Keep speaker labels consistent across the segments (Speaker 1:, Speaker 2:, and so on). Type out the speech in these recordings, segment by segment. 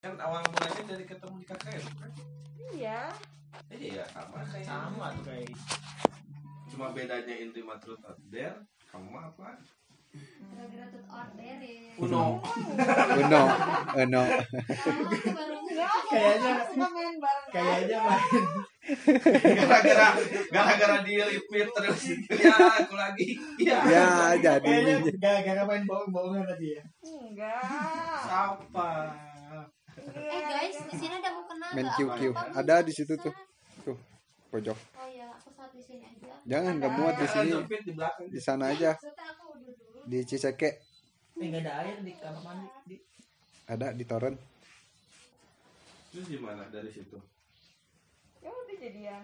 Speaker 1: kan awal mulanya dari ketemu di KKN kan
Speaker 2: Iya.
Speaker 1: iya sama kayak
Speaker 3: sama tuh kayak
Speaker 1: cuma bedanya inti matrut order kamu mah apa
Speaker 4: Gara-gara tut order ya.
Speaker 1: Uno
Speaker 5: Uno, Uno.
Speaker 4: Kalau aku baru
Speaker 2: Enggak, aku
Speaker 3: Kayaknya-
Speaker 2: Iya. suka main bareng.
Speaker 3: kayaknya main
Speaker 1: gara-gara gara-gara di repeat terus ya aku lagi ya
Speaker 5: Ya
Speaker 3: kayaknya
Speaker 5: jadi.
Speaker 3: gara-gara main bohong-bohongan tadi ya
Speaker 2: Enggak.
Speaker 1: siapa
Speaker 2: Enggak.
Speaker 4: Eh guys, di sini ada mau kenal
Speaker 5: Main
Speaker 4: nggak?
Speaker 5: QQ.
Speaker 4: Aku lupa,
Speaker 5: Ada
Speaker 4: Bu.
Speaker 5: di situ tuh. Tuh, pojok.
Speaker 4: Oh iya, aku saat di sini aja.
Speaker 5: Jangan nggak muat di sini,
Speaker 1: repeat Kan di belakang
Speaker 5: di sana aja,
Speaker 4: Maksudnya aku udah dulu.
Speaker 5: di Ciseke
Speaker 3: eh nggak ada air di kamar mandi di
Speaker 5: ada di Toren.
Speaker 1: terus gimana dari situ
Speaker 2: Ya udah jadian.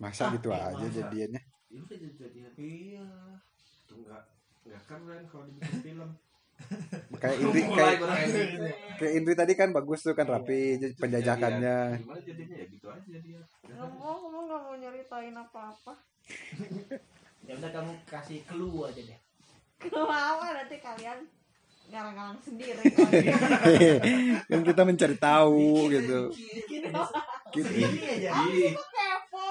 Speaker 5: Masa
Speaker 3: Ah,
Speaker 5: gitu
Speaker 3: eh,
Speaker 5: aja
Speaker 1: masa.
Speaker 5: jadiannya.
Speaker 1: ya udah jadi jadian
Speaker 3: iya
Speaker 1: itu enggak enggak keren kalau dibikin film
Speaker 5: Kayak Indri
Speaker 1: mulai
Speaker 5: kayak
Speaker 1: mulai Iya.
Speaker 5: kayak Indri tadi kan bagus tuh kan rapi
Speaker 1: Jadian.
Speaker 5: penjajakannya.
Speaker 1: gimana jadinya ya gitu aja jadian
Speaker 2: Nggak mau, kamu nggak mau nyeritain apa-apa.
Speaker 3: ya udah kamu kasih clue aja deh
Speaker 2: Kenapa nanti kalian garang-garang sendiri? gitu?
Speaker 5: Kan kita mencari tahu gitu.
Speaker 3: dikit aja
Speaker 5: Gitu.
Speaker 3: ini aja
Speaker 1: Ih,
Speaker 2: Kepo.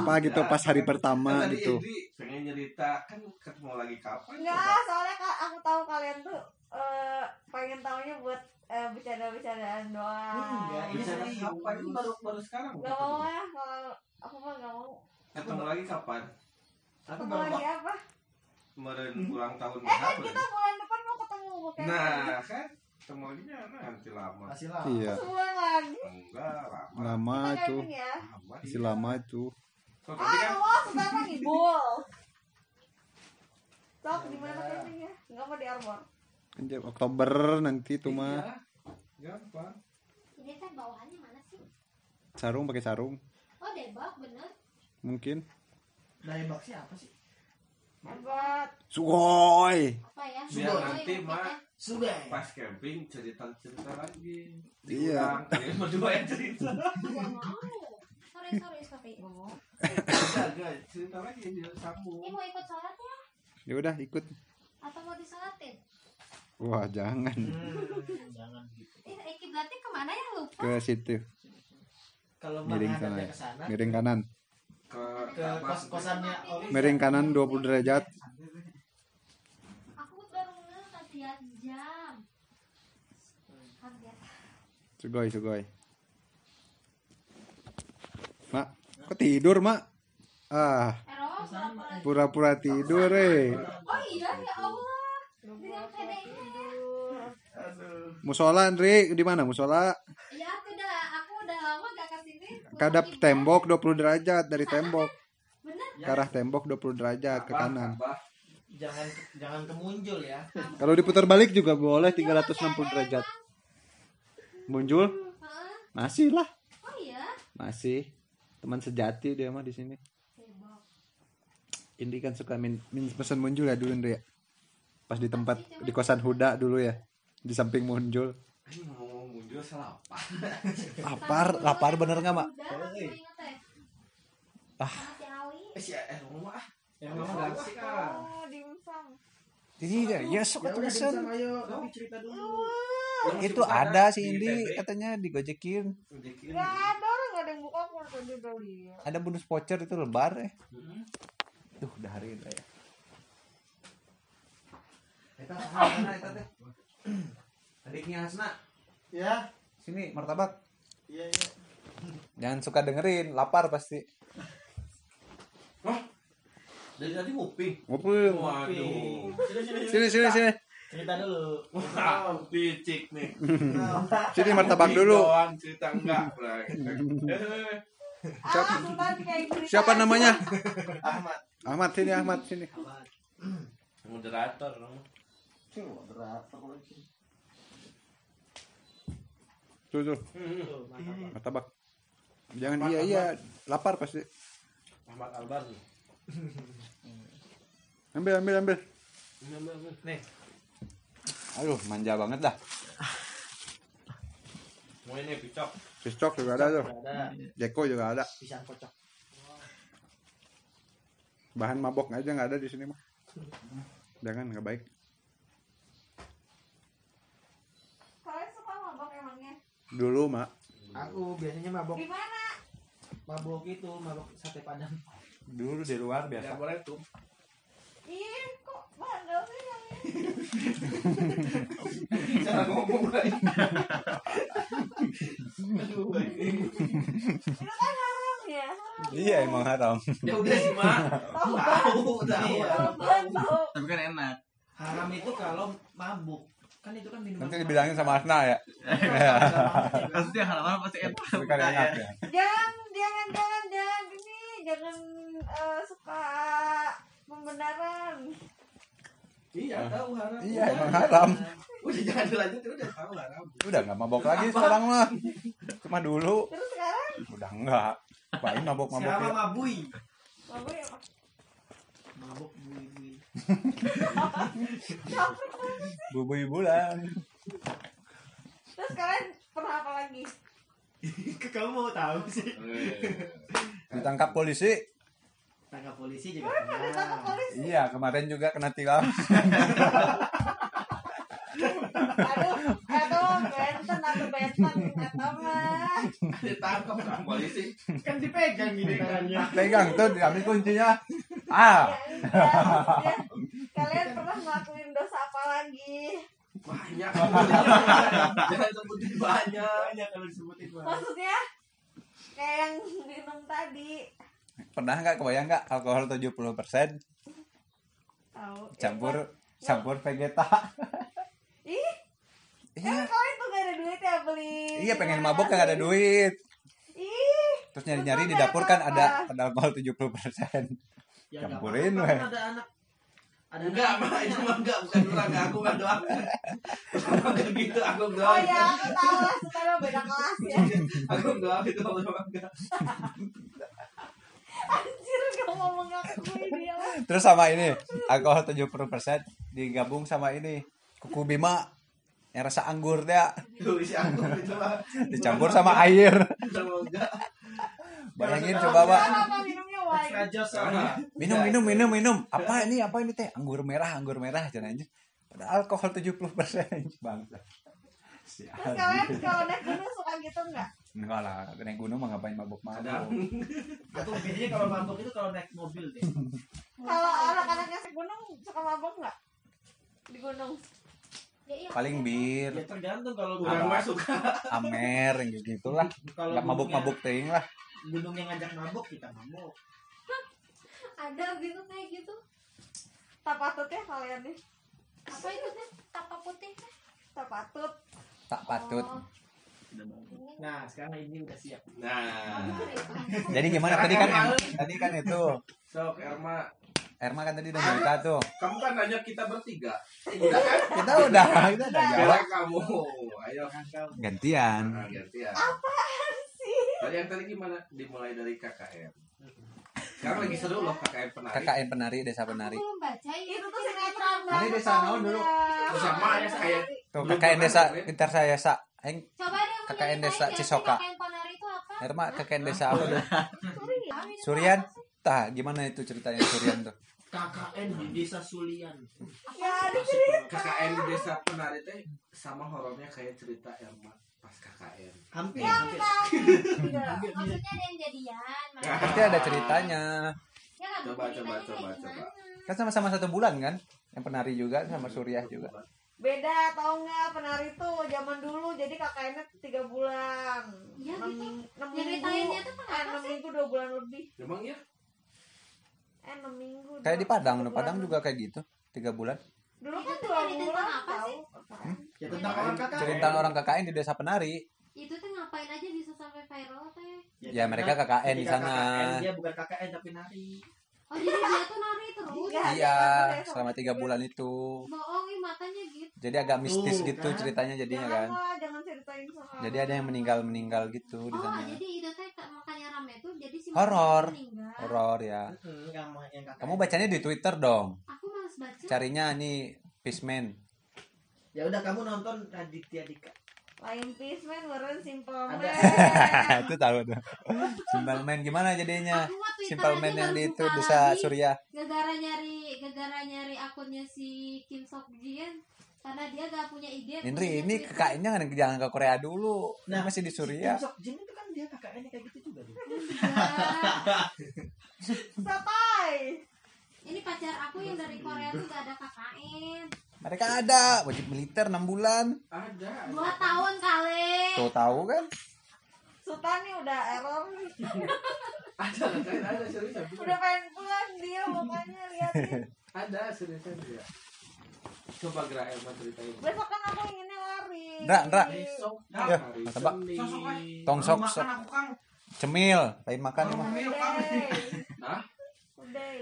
Speaker 5: Apa gitu pas hari pertama
Speaker 1: kan tadi
Speaker 5: gitu.
Speaker 1: Indri pengen nyerita kan ketemu lagi kapan
Speaker 2: Enggak, soalnya ka- aku tahu kalian tuh eh, pengen taunya buat eh, bercanda-bercandaan doang. Gitu.
Speaker 3: Enggak, ini
Speaker 1: Bicara
Speaker 3: serius.
Speaker 1: kapan? Ini baru baru sekarang.
Speaker 2: iya, Nggak mau ah, kalau aku mah nggak mau.
Speaker 1: Ketemu lagi kapan?
Speaker 3: aku
Speaker 2: Ketemu
Speaker 3: baru
Speaker 2: lagi apa?
Speaker 1: Kemarin
Speaker 3: Hmm.
Speaker 1: ulang tahun
Speaker 2: Eh kan
Speaker 1: berapa?
Speaker 2: kita bulan depan mau ketemu bukan?
Speaker 1: Nah, kan ketemu lagi nah, nanti lama.
Speaker 3: masih lama
Speaker 5: Iya,
Speaker 2: Sebulan.
Speaker 1: Enggak lama.
Speaker 5: lama
Speaker 2: Kita
Speaker 5: tuh,
Speaker 2: camping ya.
Speaker 1: Lama.
Speaker 5: masih lama tuh.
Speaker 1: So, tadi
Speaker 2: Ah,
Speaker 1: kan
Speaker 2: mau sekarang nih bol. Sok di mana
Speaker 3: Yaudah.
Speaker 2: campingnya? Enggak mau di Arbor.
Speaker 5: Anjir, Kan Oktober nanti tuh mah
Speaker 1: Iya. Gampang.
Speaker 4: Ini kan bawahannya mana sih?
Speaker 5: sarung pakai sarung
Speaker 4: Oh debak bener.
Speaker 5: mungkin.
Speaker 3: dari box siapa sih
Speaker 2: Arbor.
Speaker 5: Sugoi.
Speaker 4: Apa ya?
Speaker 1: Biar
Speaker 4: Oh,
Speaker 1: nanti,
Speaker 4: iya,
Speaker 1: Mak.
Speaker 4: iya.
Speaker 3: sudah
Speaker 1: Pas camping cerita-cerita lagi.
Speaker 5: Iya.
Speaker 1: Diulang. Kalian berdua yang cerita.
Speaker 4: Gak mau. Sorry sorry sorry.
Speaker 1: Enggak, enggak. cerita lagi dia
Speaker 4: Ini
Speaker 1: sambung.
Speaker 4: mau ikut sholat ya?
Speaker 5: Ya udah ikut.
Speaker 4: Atau mau disolatin?
Speaker 5: Wah, jangan
Speaker 3: Hmm, jangan gitu
Speaker 4: Ih, eh, kiblatnya kemana ya lupa?
Speaker 5: ke situ.
Speaker 3: kalau
Speaker 5: Miring
Speaker 3: mana
Speaker 5: sana
Speaker 3: ada
Speaker 5: ya.
Speaker 3: ke sana
Speaker 5: Miring kanan.
Speaker 1: Ke
Speaker 3: ke kos kosannya Oli
Speaker 5: Miring kanan 20 derajat.
Speaker 4: Aku baru ngeh kasihan jam. Kaget.
Speaker 5: Sugoi, sugoi. Mak, kok tidur, Mak? Ah,
Speaker 4: Erol,
Speaker 3: Sama,
Speaker 4: pura-pura.
Speaker 5: pura-pura tidur, eh.
Speaker 4: Oh iya ya Allah. Dengan
Speaker 2: Pura-pura
Speaker 4: pedenya. ya.
Speaker 2: tidur.
Speaker 3: Aduh.
Speaker 5: Musola, Andri, di mana musola?
Speaker 4: Ya aku udah aku udah lama gak kesini.
Speaker 5: Kadap
Speaker 4: Gua
Speaker 5: tembok 20 derajat dari tembok.
Speaker 4: Bener
Speaker 5: Ke arah tembok 20 derajat ke kanan.
Speaker 1: Abah,
Speaker 3: jangan jangan kemuncul ya
Speaker 5: Kalau diputar balik juga boleh 360 derajat. Muncul?
Speaker 4: Heeh.
Speaker 5: Masih lah.
Speaker 4: Oh iya.
Speaker 5: Masih. Teman sejati dia mah di sini.
Speaker 4: Tembok.
Speaker 5: Indi kan suka min, min pesan muncul ya dulu Indri ya. Pas di tempat di kosan Huda dulu ya. Di samping muncul.
Speaker 1: Ini ngomong mundur salah apa?
Speaker 5: Lapar, lapar bener nggak mak?
Speaker 4: Udah, aku inget ya.
Speaker 5: Ah.
Speaker 4: Sama si Ali.
Speaker 1: Eh, si eh, ngomong ah.
Speaker 3: yang mana
Speaker 1: Ngomong
Speaker 3: sih
Speaker 1: ah.
Speaker 2: Oh, dimsum.
Speaker 5: Tidak,
Speaker 3: ya
Speaker 5: ya sok
Speaker 3: udah
Speaker 5: terusan.
Speaker 3: sama ayo tapi cerita dulu
Speaker 5: Itu ada
Speaker 3: Iya,
Speaker 5: si Indi katanya digojekin.
Speaker 2: Enggak
Speaker 1: Nah,
Speaker 2: ada orang nggak ada yang buka aku udah dibeli.
Speaker 5: Ada bonus voucher itu lebar eh.
Speaker 3: Hmm.
Speaker 5: Tuh, udah hari udah ya.
Speaker 1: Eta saha sana eta nah, teh? Adiknya Hasna.
Speaker 3: ya
Speaker 5: Sini martabak.
Speaker 3: iya iya
Speaker 5: Jangan suka dengerin, lapar pasti.
Speaker 1: Wah. Dari tadi nguping.
Speaker 5: Nguping.
Speaker 1: Waduh.
Speaker 3: Sini, sini, sini.
Speaker 5: Sini sini sini.
Speaker 3: cerita dulu
Speaker 1: Wah, picik nih.
Speaker 5: Sini martabak dulu.
Speaker 1: Doang cerita enggak. Nah, gitu. Eh,
Speaker 2: Ah, Sultan kayak cerita.
Speaker 5: Siapa
Speaker 2: aja.
Speaker 5: namanya?
Speaker 3: Ahmad
Speaker 5: Ahmad sini Ahmad sini.
Speaker 3: Ahmad
Speaker 1: Moderator. kamu.
Speaker 3: cuma berapa kalau sih
Speaker 5: Tuh tuh,
Speaker 1: Hmm,
Speaker 3: tuh martabak.
Speaker 5: martabak. Jangan iya iya, lapar pasti.
Speaker 1: Ahmad Albar nih.
Speaker 5: Ambil ambil ambil.
Speaker 1: Ini, ini, ini. Nih,
Speaker 5: Aduh, manja banget dah.
Speaker 1: mau ini picok.
Speaker 5: Pistok juga ada tuh.
Speaker 3: ada
Speaker 5: Jeko juga ada.
Speaker 3: pisang kocok
Speaker 5: Bahan mabok aja nggak ada di sini kan, mah. Jangan nggak baik.
Speaker 2: Kalian suka mabok
Speaker 5: Dulu, Mak.
Speaker 3: Aku biasanya mabok
Speaker 2: Gimana?
Speaker 3: mabok itu, mabok sate padang.
Speaker 5: Dulu di luar
Speaker 1: Ya
Speaker 5: biasa.
Speaker 1: boleh tuh.
Speaker 2: Iya, kok bandel sih yang ini?
Speaker 1: Cara ngomong lagi. Aduh, ini.
Speaker 2: Itu kan haram ya. haram.
Speaker 5: Iya, emang haram.
Speaker 1: Ya udah sih, Mak.
Speaker 2: Tahu banget.
Speaker 1: Tahu, tahu.
Speaker 3: Iya.
Speaker 2: Tahu banget, tahu.
Speaker 6: Tapi kan enak.
Speaker 3: Haram itu kalau mabuk. Kan itu kan minuman.
Speaker 5: Nanti dibilangin sama Asna ya.
Speaker 6: Maksudnya halaman pasti enak.
Speaker 5: Tapi kan enak ya.
Speaker 2: Jangan, jangan, jangan, jangan ini, jangan eh, suka membenaran.
Speaker 3: Iya, tahu haram.
Speaker 5: Iya,
Speaker 3: Udah,
Speaker 5: emang haram.
Speaker 1: Udah jangan dilanjutin, udah tahu haram.
Speaker 5: Udah nggak mabok lagi sekarang mah. Cuma dulu.
Speaker 2: Terus sekarang,
Speaker 5: Udah nggak. Paling mabok-mabok
Speaker 3: Sekarang
Speaker 5: ya.
Speaker 3: mah mabui.
Speaker 2: bagus ya Pak.
Speaker 3: Mabuk bui-bui.
Speaker 5: Bubui bulan.
Speaker 2: Terus kalian pernah apa lagi?
Speaker 3: Kamu mau tahu sih?
Speaker 5: Ditangkap polisi.
Speaker 3: Tangkap polisi juga
Speaker 5: Ya.
Speaker 2: Pernah ditangkap
Speaker 3: pernah.
Speaker 2: polisi?
Speaker 5: Iya, kemarin juga kena tilang.
Speaker 2: Aduh, atau benten atau benten atau mah.
Speaker 1: Ditangkap sama polisi.
Speaker 3: Kan dipegang gini tangannya.
Speaker 5: Pegang tuh, diambil kuncinya.
Speaker 2: Ya,
Speaker 5: Ah,
Speaker 2: iya, maksudnya, kalian pernah ngelakuin dosa apa lagi?
Speaker 1: Banyak. Jangan sebutin banyak.
Speaker 3: Banyak kalau disebutin mah.
Speaker 2: Maksudnya kayak yang minum tadi.
Speaker 5: pernah nggak kebayang nggak alkohol 70%
Speaker 2: Tahu.
Speaker 5: campur campur vegeta.
Speaker 2: Ih, kan
Speaker 5: Iya,
Speaker 2: kalian tuh gak ada duit ya beli.
Speaker 5: iya pengen mabok nggak ada duit.
Speaker 2: Ih,
Speaker 5: Terus nyari-nyari di dapur kan ada ada alkohol
Speaker 3: Ya,
Speaker 5: 70%.
Speaker 3: nggak
Speaker 5: Campurin,
Speaker 3: apa-apa,
Speaker 5: weh.
Speaker 3: kan Ada anak. Ada
Speaker 1: Enggak,
Speaker 3: anak.
Speaker 1: Mak. Itu mah enggak. Bukan orang. Aku nggak doang. Aku nggak gitu. Aku enggak.
Speaker 2: oh ya aku tahu lah sekarang beda kelas ya.
Speaker 1: Aku enggak. Itu orang enggak.
Speaker 2: Anjir gak mau mengakui dia lah.
Speaker 5: Terus sama ini, alkohol 70% digabung sama ini, kuku bima yang rasa anggur dia
Speaker 1: Tuh, isi aku. Itu mah.
Speaker 5: dicampur sama air.
Speaker 1: Sama enggak.
Speaker 5: Bayangin coba, Pak.
Speaker 2: Kenapa minumnya wine?
Speaker 3: Extra joss soalnya.
Speaker 1: Sama.
Speaker 5: Minum, minum, minum, minum. Apa ini? Apa ini teh? Anggur merah, anggur merah jangan aja. Padahal alkohol 70% bangsa. Si
Speaker 2: Terus
Speaker 5: Aldi.
Speaker 2: kalian kalau naik gunung suka gitu nggak?
Speaker 5: Enggak lah, naik gunung mah ngapain mabok-mabok.
Speaker 1: Kadang.
Speaker 3: Aku biasanya kalau mabuk itu kalau naik mobil deh.
Speaker 2: Kalau anak-anak yang naik gunung suka mabok nggak? Di gunung.
Speaker 4: Ya, iya.
Speaker 3: Ya
Speaker 5: Paling bir,
Speaker 3: tergantung kalau
Speaker 1: Kurang
Speaker 5: Apa?
Speaker 1: masuk.
Speaker 5: amer, yang gitu lah.
Speaker 3: kalau
Speaker 5: Enggak mabok-mabok ting lah.
Speaker 3: gunung yang ngajak mabuk kita mabuk
Speaker 4: Ada gitu kayak gitu.
Speaker 2: Tapatutnya ya kalian nih.
Speaker 4: Apa itu teh? Tapa putih teh.
Speaker 2: Tapatut.
Speaker 5: Tak patut.
Speaker 4: Oh.
Speaker 3: nah sekarang ini udah siap
Speaker 1: Nah.
Speaker 5: Ah.
Speaker 4: gitu.
Speaker 5: Jadi gimana tadi kan tadi kan itu
Speaker 1: Sok, Erma.
Speaker 5: Erma kan tadi udah cerita tuh.
Speaker 1: Kamu kan nanya kita bertiga.
Speaker 2: Iya.
Speaker 1: Udah kan?
Speaker 5: Kita udah, kita udah jawab.
Speaker 1: Bela kamu. Ayo.
Speaker 3: kangkau
Speaker 5: Gantian.
Speaker 1: Nah, gantian.
Speaker 2: Apaan sih?
Speaker 1: Tadi yang tadi gimana? Dimulai dari KKM. Sekarang lagi seru loh KKM penari.
Speaker 5: KKN penari desa penari.
Speaker 4: Aku belum baca ya.
Speaker 2: Itu tuh sinetron banget.
Speaker 5: Ini desa naon dulu?
Speaker 1: Itu sama ya kayak
Speaker 5: Tuh
Speaker 1: Belum
Speaker 5: KKN
Speaker 1: pernah,
Speaker 5: desa
Speaker 1: Bre.
Speaker 5: pintar saya sa. Aing
Speaker 4: Coba deh mau
Speaker 5: KKN
Speaker 4: nyanyi
Speaker 5: Desa
Speaker 4: tarik ya,
Speaker 5: Cisoka.
Speaker 4: KKN Ponari itu apa?
Speaker 5: Erma KKN desa apa tuh?
Speaker 4: Tahu itu
Speaker 5: Surian.
Speaker 4: apa sih?
Speaker 5: Tah, gimana itu ceritanya Surian tuh?
Speaker 3: KKN di desa Sulian
Speaker 2: Ya, ada
Speaker 3: Masuk ke-
Speaker 1: KKN desa penari teh sama horornya kayak cerita Erma pas KKN.
Speaker 3: hampir
Speaker 2: yang
Speaker 3: hampir
Speaker 2: tahu.
Speaker 3: hampir hampir.
Speaker 4: Maksudnya ada yang jadian.
Speaker 1: Nah.
Speaker 5: Pasti ada ceritanya.
Speaker 4: Ya kan,
Speaker 1: Coba, coba,
Speaker 4: ceritanya
Speaker 1: coba,
Speaker 4: kayak
Speaker 1: coba.
Speaker 4: gimana?
Speaker 5: Kan sama-sama satu bulan kan? Yang penari juga sama Suriah Iya juga.
Speaker 2: Beda tau nggak penari tuh zaman dulu jadi kakaknya tiga bulan.
Speaker 4: Iya,
Speaker 2: Enam- enam minggu.
Speaker 4: Nyeritainnya tuh
Speaker 2: Eh,
Speaker 4: kenapa
Speaker 2: enam
Speaker 4: sih?
Speaker 2: minggu dua bulan lebih.
Speaker 1: Emang
Speaker 6: iya?
Speaker 1: ya?
Speaker 2: Eh, enam minggu.
Speaker 5: Kayak
Speaker 2: dua-
Speaker 5: di Padang, di
Speaker 2: dua
Speaker 5: Padang
Speaker 2: bulan.
Speaker 5: juga kayak gitu. Tiga bulan.
Speaker 2: Dulu kan
Speaker 4: Itu
Speaker 2: dua
Speaker 4: cerita
Speaker 2: bulan
Speaker 4: apa
Speaker 2: tahu.
Speaker 4: sih?
Speaker 2: Apaan?
Speaker 5: Hmm,
Speaker 3: ya tentang orang KKN
Speaker 5: Cerita orang KKN di desa penari.
Speaker 4: Itu tuh ngapain aja bisa sampai viral teh?
Speaker 5: Ya mereka
Speaker 3: karena
Speaker 5: KKN di
Speaker 3: ketika
Speaker 5: sana.
Speaker 3: KKN, dia bukan KKN tapi nari
Speaker 4: Oh jadi dia tuh nari terus.
Speaker 2: Iya.
Speaker 5: Iya, selama tiga bulan itu.
Speaker 4: Bohong, ih, matanya gitu.
Speaker 5: Jadi agak mistis
Speaker 3: Tuh,
Speaker 5: gitu
Speaker 3: kan?
Speaker 5: ceritanya jadinya
Speaker 2: Jangan
Speaker 5: kan.
Speaker 2: lah, jangan ceritain soal.
Speaker 5: Jadi ada yang meninggal-meninggal gitu di
Speaker 4: Oh,
Speaker 5: sana.
Speaker 4: jadi itu teh ke- makanya rame tuh jadi si manusia
Speaker 5: Horor.
Speaker 4: meninggal.
Speaker 5: Horor ya.
Speaker 3: Mm-mm, yang ma- yang KKN
Speaker 5: Kamu bacanya di Twitter dong.
Speaker 4: Aku males baca.
Speaker 5: Carinya nih Fishman.
Speaker 3: ya udah kamu nonton Raditya Dika
Speaker 2: Lain peace man, meren simple man.
Speaker 3: Ada.
Speaker 5: Itu tahu tuh. Simple Man gimana
Speaker 4: Iya.
Speaker 5: jadinya?
Speaker 4: Aku mah Twitter
Speaker 5: Simple
Speaker 4: aja
Speaker 5: Man yang
Speaker 4: baru
Speaker 5: di itu
Speaker 4: buka
Speaker 5: desa
Speaker 4: lagi.
Speaker 5: Surya.
Speaker 4: Gara-gara nyari, gara-gara nyari akunnya si Kim Sok Jian. karena dia gak punya ide
Speaker 5: Indri
Speaker 4: punya
Speaker 5: ini
Speaker 4: ide.
Speaker 5: ke KKN jangan ke jangan ke Korea dulu. Ini
Speaker 3: Nah,
Speaker 5: masih di
Speaker 3: Kim
Speaker 5: Suriah.
Speaker 3: Sok Jin itu kan dia kakaknya kayak gitu juga tuh.
Speaker 4: Enggak.
Speaker 2: Sotoy.
Speaker 4: ini pacar aku yang dari Korea tuh gak ada KKN
Speaker 5: Mereka ada wajib militer 6 bulan.
Speaker 1: Ada.
Speaker 4: dua tahun kali
Speaker 5: Tuh tahu kan?
Speaker 2: Sultan nih udah error nih.
Speaker 6: Ada, ada, ada, serius aku.
Speaker 2: Udah pengen pulang dia mukanya liatin.
Speaker 6: Ada, serius aku ya. Coba gerak Elma ceritain.
Speaker 2: Besok kan aku inginnya lari.
Speaker 5: Ndra, Ndra.
Speaker 6: Besok,
Speaker 5: Ya,
Speaker 6: hari
Speaker 5: tebak.
Speaker 6: Senin.
Speaker 1: Sosok kan.
Speaker 5: Tong sok
Speaker 1: Makan
Speaker 5: sok.
Speaker 1: aku kang.
Speaker 5: Cemil, lain makan emang.
Speaker 1: Mil
Speaker 2: Udah.
Speaker 1: Hah?
Speaker 2: Udah.
Speaker 6: Nah,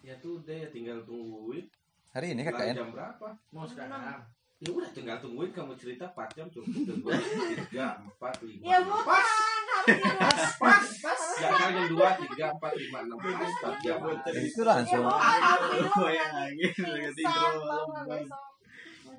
Speaker 6: Ya tuh udah ya tinggal tungguin.
Speaker 5: Hari ini
Speaker 6: Mulai
Speaker 5: KKN.
Speaker 6: jam berapa?
Speaker 3: Mau sekarang.
Speaker 6: Ya udah tinggal tungguin kamu cerita 4 jam cukup Dan gua tiga empat lima.
Speaker 2: Ya bukan harusnya dua-
Speaker 6: Pas, pas. Ya kan yang dua tiga empat lima enam pas empat jam.
Speaker 5: Itu
Speaker 2: Ya
Speaker 4: Iya,
Speaker 5: langsung.
Speaker 2: bukan harusnya dua
Speaker 6: Gua yang
Speaker 2: nanti
Speaker 6: lagi,
Speaker 2: pingsan
Speaker 6: tidur.
Speaker 2: tau nggak besok.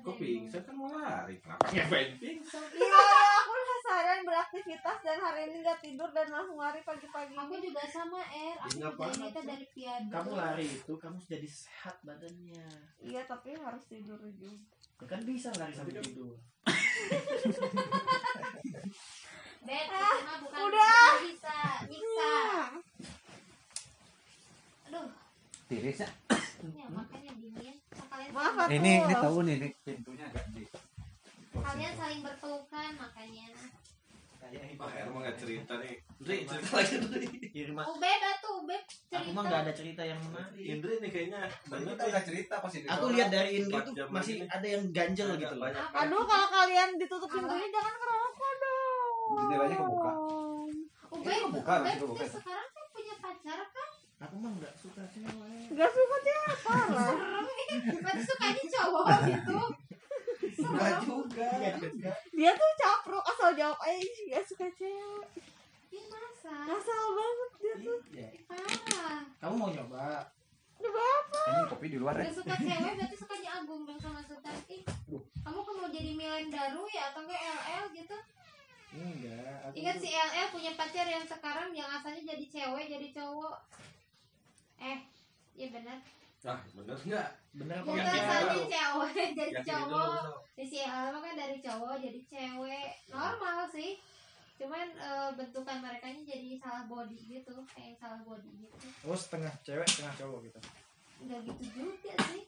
Speaker 6: Kok pingsan kan mau lari? Kenapa nyebain pingsan?
Speaker 2: Iya, aku seharian beraktivitas dan hari ini nggak tidur dan langsung lari pagi-pagi.
Speaker 4: aku juga sama Er aku
Speaker 6: Ini apaan,
Speaker 4: kerjanya itu
Speaker 6: Cok?
Speaker 4: dari piano
Speaker 3: Kamu lari itu kamu jadi sehat badannya.
Speaker 2: Iya, tapi harus tidur juga.
Speaker 3: Ya kan bisa lari sambil tidur.
Speaker 4: Beb, itu mah bukan
Speaker 2: Ah, udah.
Speaker 4: bukan bisa nyiksa aduh
Speaker 5: Tirisnya.
Speaker 4: ya makanya dingin Kok kalian
Speaker 2: Hmm. Maaf aku.
Speaker 5: Ini ini tahu nih ini pintunya agak di.
Speaker 4: kalian saling berpelukan makanya
Speaker 3: Kayak ini
Speaker 6: Wah, Elma nggak cerita nih. Dri, cerita lagi Dri.
Speaker 3: Kirim aku.
Speaker 4: Ubeb atuh Ubeb cerita
Speaker 3: Aku mah nggak ada Oh, cerita yang menarik.
Speaker 6: Indri nih kayaknya banyak
Speaker 5: Kita udah cerita pas ini.
Speaker 3: Aku lihat dari Indri
Speaker 6: Empat
Speaker 3: tuh
Speaker 6: jam
Speaker 3: masih
Speaker 6: lagi.
Speaker 3: ada yang ganjel gitu loh.
Speaker 6: banyak.
Speaker 2: Aduh, Anu, kalau kalian ditutup pintunya jangan ngerokok dong.
Speaker 5: Jendelanya kebuka.
Speaker 4: Ubeb
Speaker 5: Ini bukan,
Speaker 4: Ubeb
Speaker 5: itu
Speaker 4: tuh
Speaker 5: bukan.
Speaker 4: sekarang kan punya pacar kan
Speaker 3: Aku mah nggak suka sih.
Speaker 2: Gak suka dia apa lah.
Speaker 4: berarti sukanya cowok gitu
Speaker 6: Enggak juga.
Speaker 3: Iya
Speaker 2: Dia tuh capruk asal jawab aja gak suka cewek.
Speaker 4: Ih, masa
Speaker 2: Asal banget dia tuh.
Speaker 3: Iya.
Speaker 4: Ih, parah
Speaker 3: Kamu mau nyoba?
Speaker 2: Udah apa?
Speaker 5: Ini kopi di luar ya.
Speaker 4: Gak suka cewek berarti sukanya Agung dong sama Sultan Ih, Kamu kan mau jadi Milan Daru ya atau kayak LL gitu
Speaker 3: Enggak. Aku
Speaker 4: Ingat
Speaker 3: tuh-
Speaker 4: si LL punya pacar yang sekarang yang asalnya jadi cewek jadi cowok Eh Iya benar.
Speaker 6: Nah, bener nggak?
Speaker 3: Bener aku
Speaker 4: Yang
Speaker 6: Yakin
Speaker 3: nggak
Speaker 6: tahu.
Speaker 4: asalnya
Speaker 3: tahu.
Speaker 4: cewek jadi
Speaker 6: Yakin itu
Speaker 4: cowok.
Speaker 6: lu, Sol?
Speaker 4: Di si LL mah kan dari cowok jadi cewek. Normal sih. Cuman eh, bentukan mereka jadi salah body gitu, kayak salah body gitu.
Speaker 3: Oh setengah cewek setengah cowok gitu.
Speaker 4: Enggak gitu juga sih.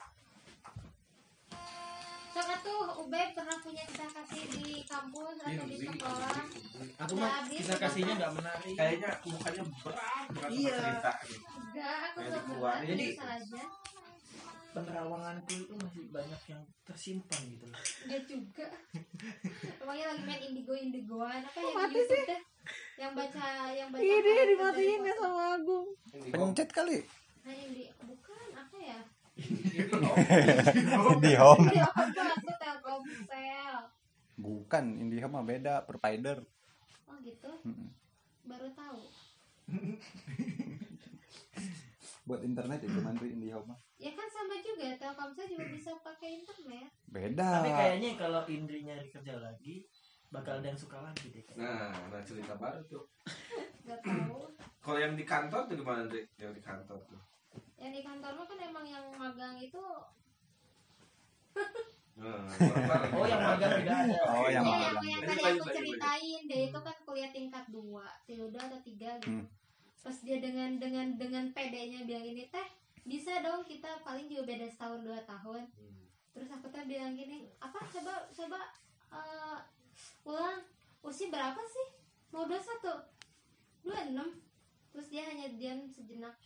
Speaker 4: Sama tuh Ubed pernah punya kita kasih di kampus atau di
Speaker 6: Indri,
Speaker 4: sekolah.
Speaker 6: Indri.
Speaker 3: Iya,
Speaker 6: Ah,
Speaker 3: Aku
Speaker 4: Udah
Speaker 3: mah
Speaker 4: habis,
Speaker 3: kita
Speaker 4: udah
Speaker 3: kasihnya nggak menarik.
Speaker 6: Kayaknya mukanya berat berat sama
Speaker 3: Iya.
Speaker 6: cerita.
Speaker 4: Enggak, aku
Speaker 6: Kayak
Speaker 4: udah
Speaker 6: dikeluarin.
Speaker 4: pernah
Speaker 6: Jadi-
Speaker 4: bisa aja.
Speaker 3: Penerawanganku itu masih banyak yang tersimpan gitu. loh.
Speaker 4: Dia juga. Emangnya lagi main indigo indigoan apa yang
Speaker 2: mati
Speaker 4: di YouTube teh? Yang baca yang baca.
Speaker 2: Iya dia
Speaker 4: karakter
Speaker 2: dimatiin
Speaker 4: dari
Speaker 2: ya
Speaker 4: foto.
Speaker 2: sama Agung.
Speaker 6: Oh,
Speaker 5: Pencet kali.
Speaker 4: Nah, yang di bukan apa ya?
Speaker 6: gitu iya.
Speaker 5: Di home.
Speaker 4: Di apa aku Telkomsel.
Speaker 5: Bukan, IndiHome mah beda, provider.
Speaker 4: Oh gitu.
Speaker 5: Mm-mm.
Speaker 4: Baru tahu.
Speaker 5: Buat internet ya cuman tuh IndiHome mah.
Speaker 4: Ya kan sama juga Telkomsel juga
Speaker 3: Hmm.
Speaker 4: bisa pakai internet.
Speaker 5: Beda.
Speaker 3: Tapi kayaknya kalau Indri nyari kerja lagi bakal ada yang suka lagi deh.
Speaker 6: Nah, nah cerita baru tuh.
Speaker 4: Gak tahu.
Speaker 6: Kalau yang di kantor tuh gimana, Dri? Yang di kantor tuh.
Speaker 4: yang di kantor mah kan emang yang magang itu
Speaker 6: Nah, baru-baru.
Speaker 3: Oh yang magang tidak ada.
Speaker 5: Oh,
Speaker 4: ya, yang,
Speaker 5: yang
Speaker 4: yang
Speaker 5: magang.
Speaker 6: Lanjut,
Speaker 4: tadi
Speaker 6: lanjut,
Speaker 4: aku
Speaker 6: lanjut,
Speaker 4: ceritain dia itu kan kuliah tingkat dua tingkat dua atau tiga gitu
Speaker 5: Hmm.
Speaker 4: pas dia dengan dengan dengan pedenya bilang ini teh bisa dong kita paling juga beda setahun dua tahun
Speaker 6: Hmm.
Speaker 4: terus aku teh bilang gini apa coba coba eh, ulang usia berapa sih mau dua satu dua enam terus dia hanya diam sejenak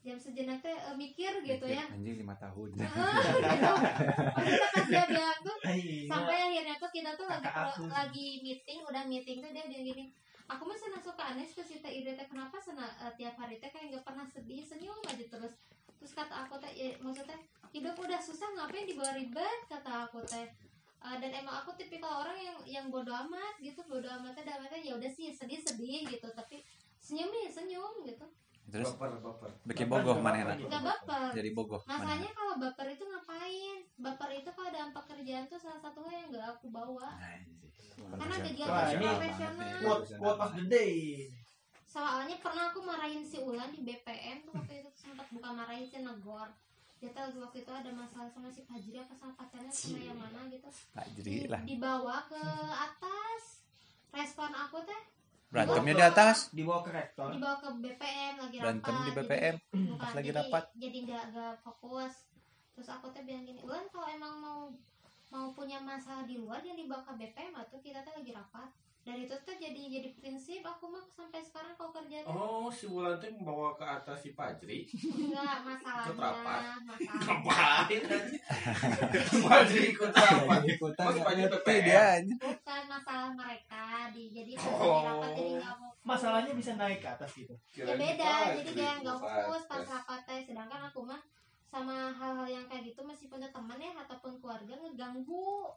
Speaker 4: diam sejenak teh eh, mikir gitu ya
Speaker 5: Anjing 5 tahun.
Speaker 4: Heeh, gitu. Maksudnya pas dia bilang tuh
Speaker 3: Iya.
Speaker 4: sampai akhirnya tuh kita tuh lagi
Speaker 3: Kakak aku.
Speaker 4: lagi meeting udah meeting tuh dia bilang gini aku mah senang suka aneh terus cerita ide teh kenapa senang eh, tiap hari teh kayak nggak pernah sedih senyum aja terus terus kata aku teh ya, maksudnya hidup udah susah ngapain dibawa ribet kata aku teh Eh, dan emang aku tipikal orang yang yang bodoh amat gitu bodoh amatnya dalam artian ya udah sih sedih sedih gitu tapi senyum ya senyum gitu
Speaker 5: Terus
Speaker 6: Baper, baper.
Speaker 5: bikin bogoh mana enak.
Speaker 4: nggak baper
Speaker 5: Jadi bogoh mana.
Speaker 4: Masalahnya kalau baper itu ngapain? Baper itu kalau dalam pekerjaan tuh salah satu hal yang gak aku bawa.
Speaker 5: Nah,
Speaker 4: Karena
Speaker 3: Wah,
Speaker 4: kegiatan
Speaker 3: ini
Speaker 4: profesional.
Speaker 3: Quote, quote of the day.
Speaker 4: Soalnya pernah aku marahin si Ulan di BPM tuh waktu itu sempat bukan marahin si negor. dia tahu waktu itu ada masalah sama si Fajri apa sama pacarnya sama yang mana gitu
Speaker 5: Pak
Speaker 4: Di-
Speaker 5: Jri lah.
Speaker 4: dibawa ke atas respon aku teh
Speaker 5: Berantemnya di atas.
Speaker 3: dibawa ke rektor
Speaker 4: dibawa ke BPM lagi
Speaker 5: Berantem
Speaker 4: rapat
Speaker 5: di
Speaker 4: jadi-
Speaker 5: BPM.
Speaker 4: Bukan,
Speaker 5: pas lagi
Speaker 4: jadi-
Speaker 5: rapat.
Speaker 4: jadi nggak nggak fokus terus aku teh bilang gini Ulan kalau emang mau mau punya masalah di luar yang dibawa ke BPM atau kita teh lagi rapat dari itu teh jadi jadi prinsip aku mah sampai sekarang kalau kerja teh
Speaker 6: Oh, si Wulan tuh membawa ke atas si Fajri.
Speaker 4: enggak masalahnya
Speaker 6: Ikut rapat.
Speaker 4: masalah
Speaker 6: Ngapain aja? Fajri ikut rapat.
Speaker 5: Ikutan
Speaker 6: Mas,
Speaker 5: nggak
Speaker 6: Pak Jri
Speaker 5: ngerti
Speaker 6: PPM.
Speaker 5: dia, anjing.
Speaker 4: bukan masalah mereka di jadi pas
Speaker 6: Oh.
Speaker 4: lagi rapat jadi nggak mau
Speaker 3: masalahnya bisa naik ke atas gitu
Speaker 4: ya
Speaker 6: Kirain
Speaker 4: beda
Speaker 6: Fajri
Speaker 4: jadi dia nggak
Speaker 6: ikut
Speaker 4: fokus pas
Speaker 6: atas.
Speaker 4: rapat teh sedangkan aku mah sama hal-hal yang kayak gitu meskipun itu teman ya ataupun keluarga ngeganggu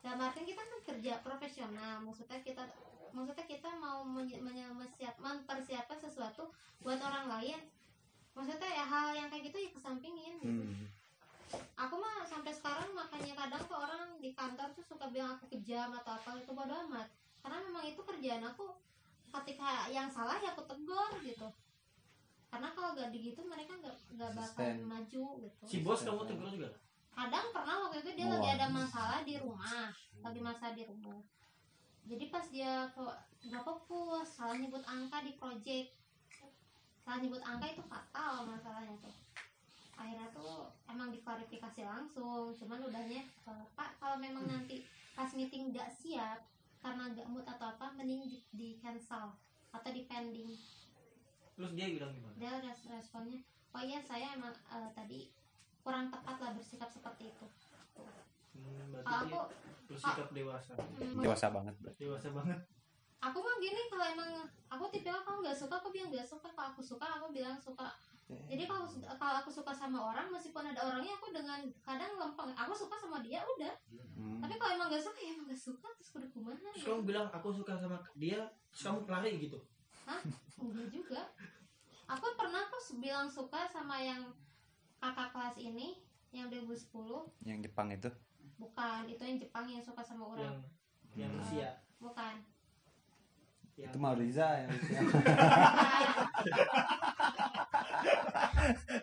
Speaker 4: dalam artian kita kan kerja profesional maksudnya kita maksudnya kita mau menye- menye- mesiap- mempersiapkan sesuatu buat orang lain maksudnya ya hal yang kayak gitu ya kesampingin gitu
Speaker 5: Hmm.
Speaker 4: aku mah sampai sekarang makanya kadang tuh orang di kantor tuh suka bilang aku kejam atau apa itu bodo amat karena memang itu kerjaan aku ketika yang salah ya aku tegur gitu karena kalau gak di gitu mereka nggak nggak bakal
Speaker 5: Konsisten.
Speaker 4: maju gitu
Speaker 3: si bos kamu tegur juga nggak?
Speaker 4: kadang pernah waktu itu dia lagi
Speaker 5: Wah.
Speaker 4: ada masalah di rumah lagi masalah di rumah jadi pas dia kok nggak fokus salah nyebut angka di project salah nyebut angka itu fatal masalahnya tuh akhirnya tuh emang diklarifikasi langsung cuman udahnya eh, pak kalau memang nanti pas meeting nggak siap karena nggak mood atau apa mending di, di cancel atau di pending
Speaker 3: terus dia bilang gimana
Speaker 4: dia res- responnya oh iya saya emang eh, tadi kurang tepat lah bersikap seperti itu
Speaker 3: hmm, berarti
Speaker 4: kalau
Speaker 3: dia
Speaker 4: aku
Speaker 3: bersikap dewasa
Speaker 4: Hmm,
Speaker 5: Dewasa banget, bro.
Speaker 3: dewasa banget
Speaker 4: aku mah gini kalau emang aku tipe kalau nggak suka aku bilang nggak suka kalau aku suka aku bilang suka jadi kalau kalau aku suka sama orang meskipun ada orangnya aku dengan kadang lempeng aku suka sama dia udah
Speaker 5: Hmm.
Speaker 4: tapi kalau emang nggak suka ya emang nggak suka terus kudu kumana
Speaker 3: terus kamu bilang aku suka sama dia terus kamu lari gitu
Speaker 4: enggak juga aku pernah kok bilang suka sama yang kakak kelas ini yang 2010
Speaker 5: Yang Jepang itu.
Speaker 4: bukan itu yang Jepang yang suka sama orang
Speaker 3: yang yang
Speaker 5: Hmm.
Speaker 3: usia
Speaker 4: bukan
Speaker 3: yang
Speaker 5: Itu mau Riza yang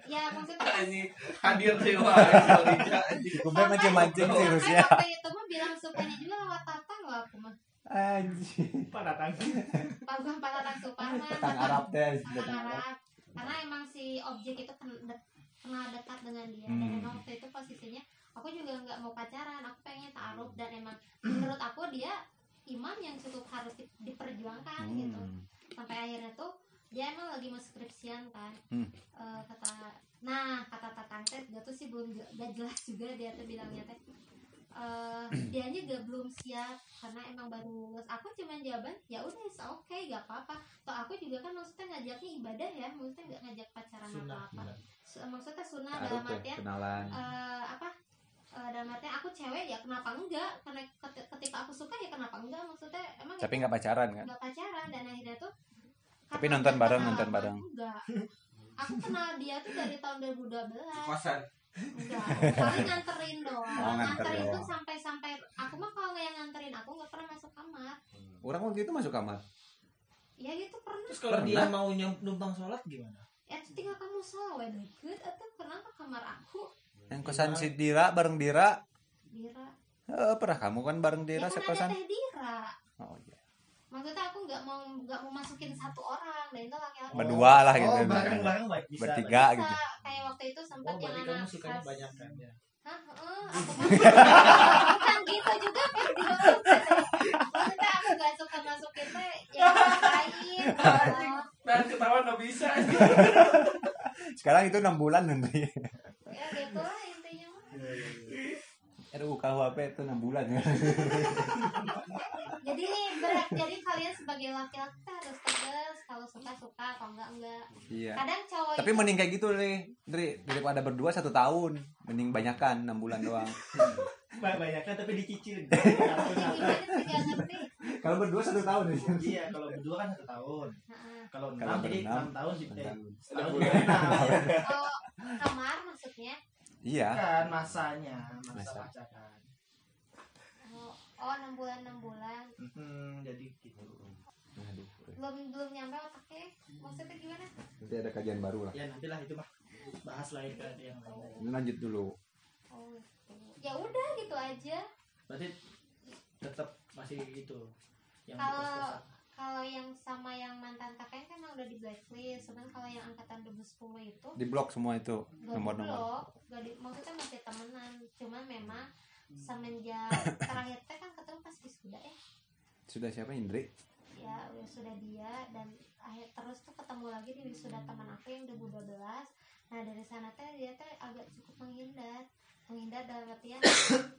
Speaker 4: ya maksudnya
Speaker 1: Ini hadir dewa. sorry, Ja.
Speaker 5: Cukup banget mancing-mancing sih ya. Rusia.
Speaker 4: Sampai gitu. Kan waktu itu mah bilang sukanya juga lewat tatang loh aku mah.
Speaker 5: Anjing.
Speaker 3: pada tangki
Speaker 4: Pak bukan pak tatang Suparman,
Speaker 5: Tang Arab deh,
Speaker 4: Tatang
Speaker 5: Arab.
Speaker 4: Arab. Karena emang si objek itu ken- de- kenal dekat dengan dia dan
Speaker 5: Hmm.
Speaker 4: emang waktu itu posisinya aku juga nggak mau pacaran, aku pengen taruh dan emang menurut aku dia iman yang cukup harus di- diperjuangkan gitu.
Speaker 5: Hmm.
Speaker 4: Sampai akhirnya tuh dia emang lagi mau skripsian kan.
Speaker 5: Hmm.
Speaker 4: Eh, kata nah kata tatang teh dia tuh sih belum gak, gak jelas juga dia tuh bilangnya teh Eh, dia aja gak belum siap karena emang baru lulus aku cuman jawaban ya udah it's okay gak apa-apa toh aku juga kan maksudnya ngajaknya ibadah ya maksudnya gak ngajak pacaran
Speaker 3: sunah
Speaker 4: apa-apa Su- maksudnya sunnah
Speaker 5: Taruh
Speaker 4: dalam
Speaker 5: tuh,
Speaker 4: artian
Speaker 5: kenalan.
Speaker 4: eh, apa Eh, dalam artian aku cewek ya kenapa enggak karena keti- ketika aku suka ya kenapa enggak maksudnya emang
Speaker 5: Tapi nggak pacaran kan?
Speaker 4: nggak pacaran dan akhirnya tuh
Speaker 5: Tapi
Speaker 4: karena
Speaker 5: nonton
Speaker 4: udah
Speaker 5: bareng,
Speaker 4: kenal
Speaker 5: nonton
Speaker 4: lama
Speaker 5: bareng.
Speaker 4: juga. aku kenal dia tuh dari tahun 2012
Speaker 6: Di kosan.
Speaker 4: enggak paling nganterin doang
Speaker 5: Oh, nganterin
Speaker 4: nganterin tuh
Speaker 5: doang.
Speaker 4: sampai sampai aku mah kalau nggak yang nganterin aku nggak pernah masuk kamar
Speaker 5: Orang waktu itu masuk kamar.
Speaker 4: ya gitu pernah
Speaker 3: terus kalau dia mau nyam- numpang sholat gimana
Speaker 4: ya tuh tinggal kamu salah wae deket atau pernah ke kamar aku
Speaker 5: Yang kosan si Dira bareng Dira.
Speaker 4: Dira
Speaker 5: Eh, pernah kamu kan bareng
Speaker 4: ya
Speaker 5: Dira
Speaker 4: kan ada
Speaker 5: sekosan?
Speaker 4: teh Dira
Speaker 5: Oh iya.
Speaker 4: maksudnya aku nggak mau nggak mau masukin satu orang dan itu laki-laki
Speaker 5: Berdua lah gitu.
Speaker 3: oh bareng bareng baik bisa
Speaker 5: Bertiga
Speaker 4: Bisa,
Speaker 5: gitu.
Speaker 4: kayak waktu itu sempat
Speaker 3: oh
Speaker 4: yang
Speaker 3: berarti kamu
Speaker 4: anak
Speaker 3: sukanya
Speaker 4: kelas-
Speaker 3: banyak kan ya
Speaker 4: Hah, eh, aku mah bukan gitu juga Pak Dino. Maksudnya aku gak suka masukin teh ya, yang lain. kalau-
Speaker 6: Dan Nah, ketawa nggak bisa.
Speaker 5: Sekarang itu 6 bulan nanti.
Speaker 4: Ya gitu lah intinya. mah.
Speaker 5: RUU KUHP itu 6 bulan ya.
Speaker 4: Jadi nih berat. Jadi kalian sebagai laki-laki tuh harus tegas. Kalau suka suka, kalau enggak enggak.
Speaker 5: Iya.
Speaker 4: Kadang cowok
Speaker 5: Tapi
Speaker 4: itu-
Speaker 5: mending kayak gitu nih, Dri. Daripada berdua satu tahun, mending banyakan 6 bulan doang.
Speaker 3: Ba- banyak kan tapi dicicilin
Speaker 4: Ya
Speaker 3: Ngapun-ngapun.
Speaker 4: gimana sih gak ngerti.
Speaker 5: Kalau berdua satu tahun nih.
Speaker 3: iya kalau berdua kan satu tahun
Speaker 4: Heeh.
Speaker 3: kalau
Speaker 5: Kalau
Speaker 3: enam jadi
Speaker 5: berenam,
Speaker 3: enam tahun sih
Speaker 5: Iya.
Speaker 3: teh tahun
Speaker 6: bulan.
Speaker 4: Kalau kamar maksudnya.
Speaker 5: Iya.
Speaker 3: kan masanya masa
Speaker 5: Masa.
Speaker 3: pacaran
Speaker 4: Oh, Oh, 6 bulan 6 bulan.
Speaker 3: hmm, jadi gitu
Speaker 5: Aduh,
Speaker 4: Belum belum nyampe otaknya. Maksudnya gimana?
Speaker 5: nanti ada kajian baru lah.
Speaker 3: ya nantilah itu mah bahas lain ke yang lain.
Speaker 5: lanjut dulu
Speaker 4: oh gitu. ya udah gitu aja
Speaker 3: Berarti tetap masih gitu. Yang di
Speaker 4: Kalau-
Speaker 3: kos-kosan.
Speaker 4: kalau yang sama yang mantan kakaknya kan udah di blacklist cuman kalau yang angkatan 2010 itu
Speaker 5: di blok semua itu
Speaker 4: gak
Speaker 5: Nomor-nomor.
Speaker 4: diblok, gak di, maksudnya masih temenan cuman memang semenjak terakhir teh kan ketemu pas wisuda ya
Speaker 5: sudah siapa Indri
Speaker 4: ya wisuda dia dan akhir terus tuh ketemu lagi di wisuda teman aku yang 2012 nah dari sana teh dia teh agak cukup menghindar menghindar dalam artian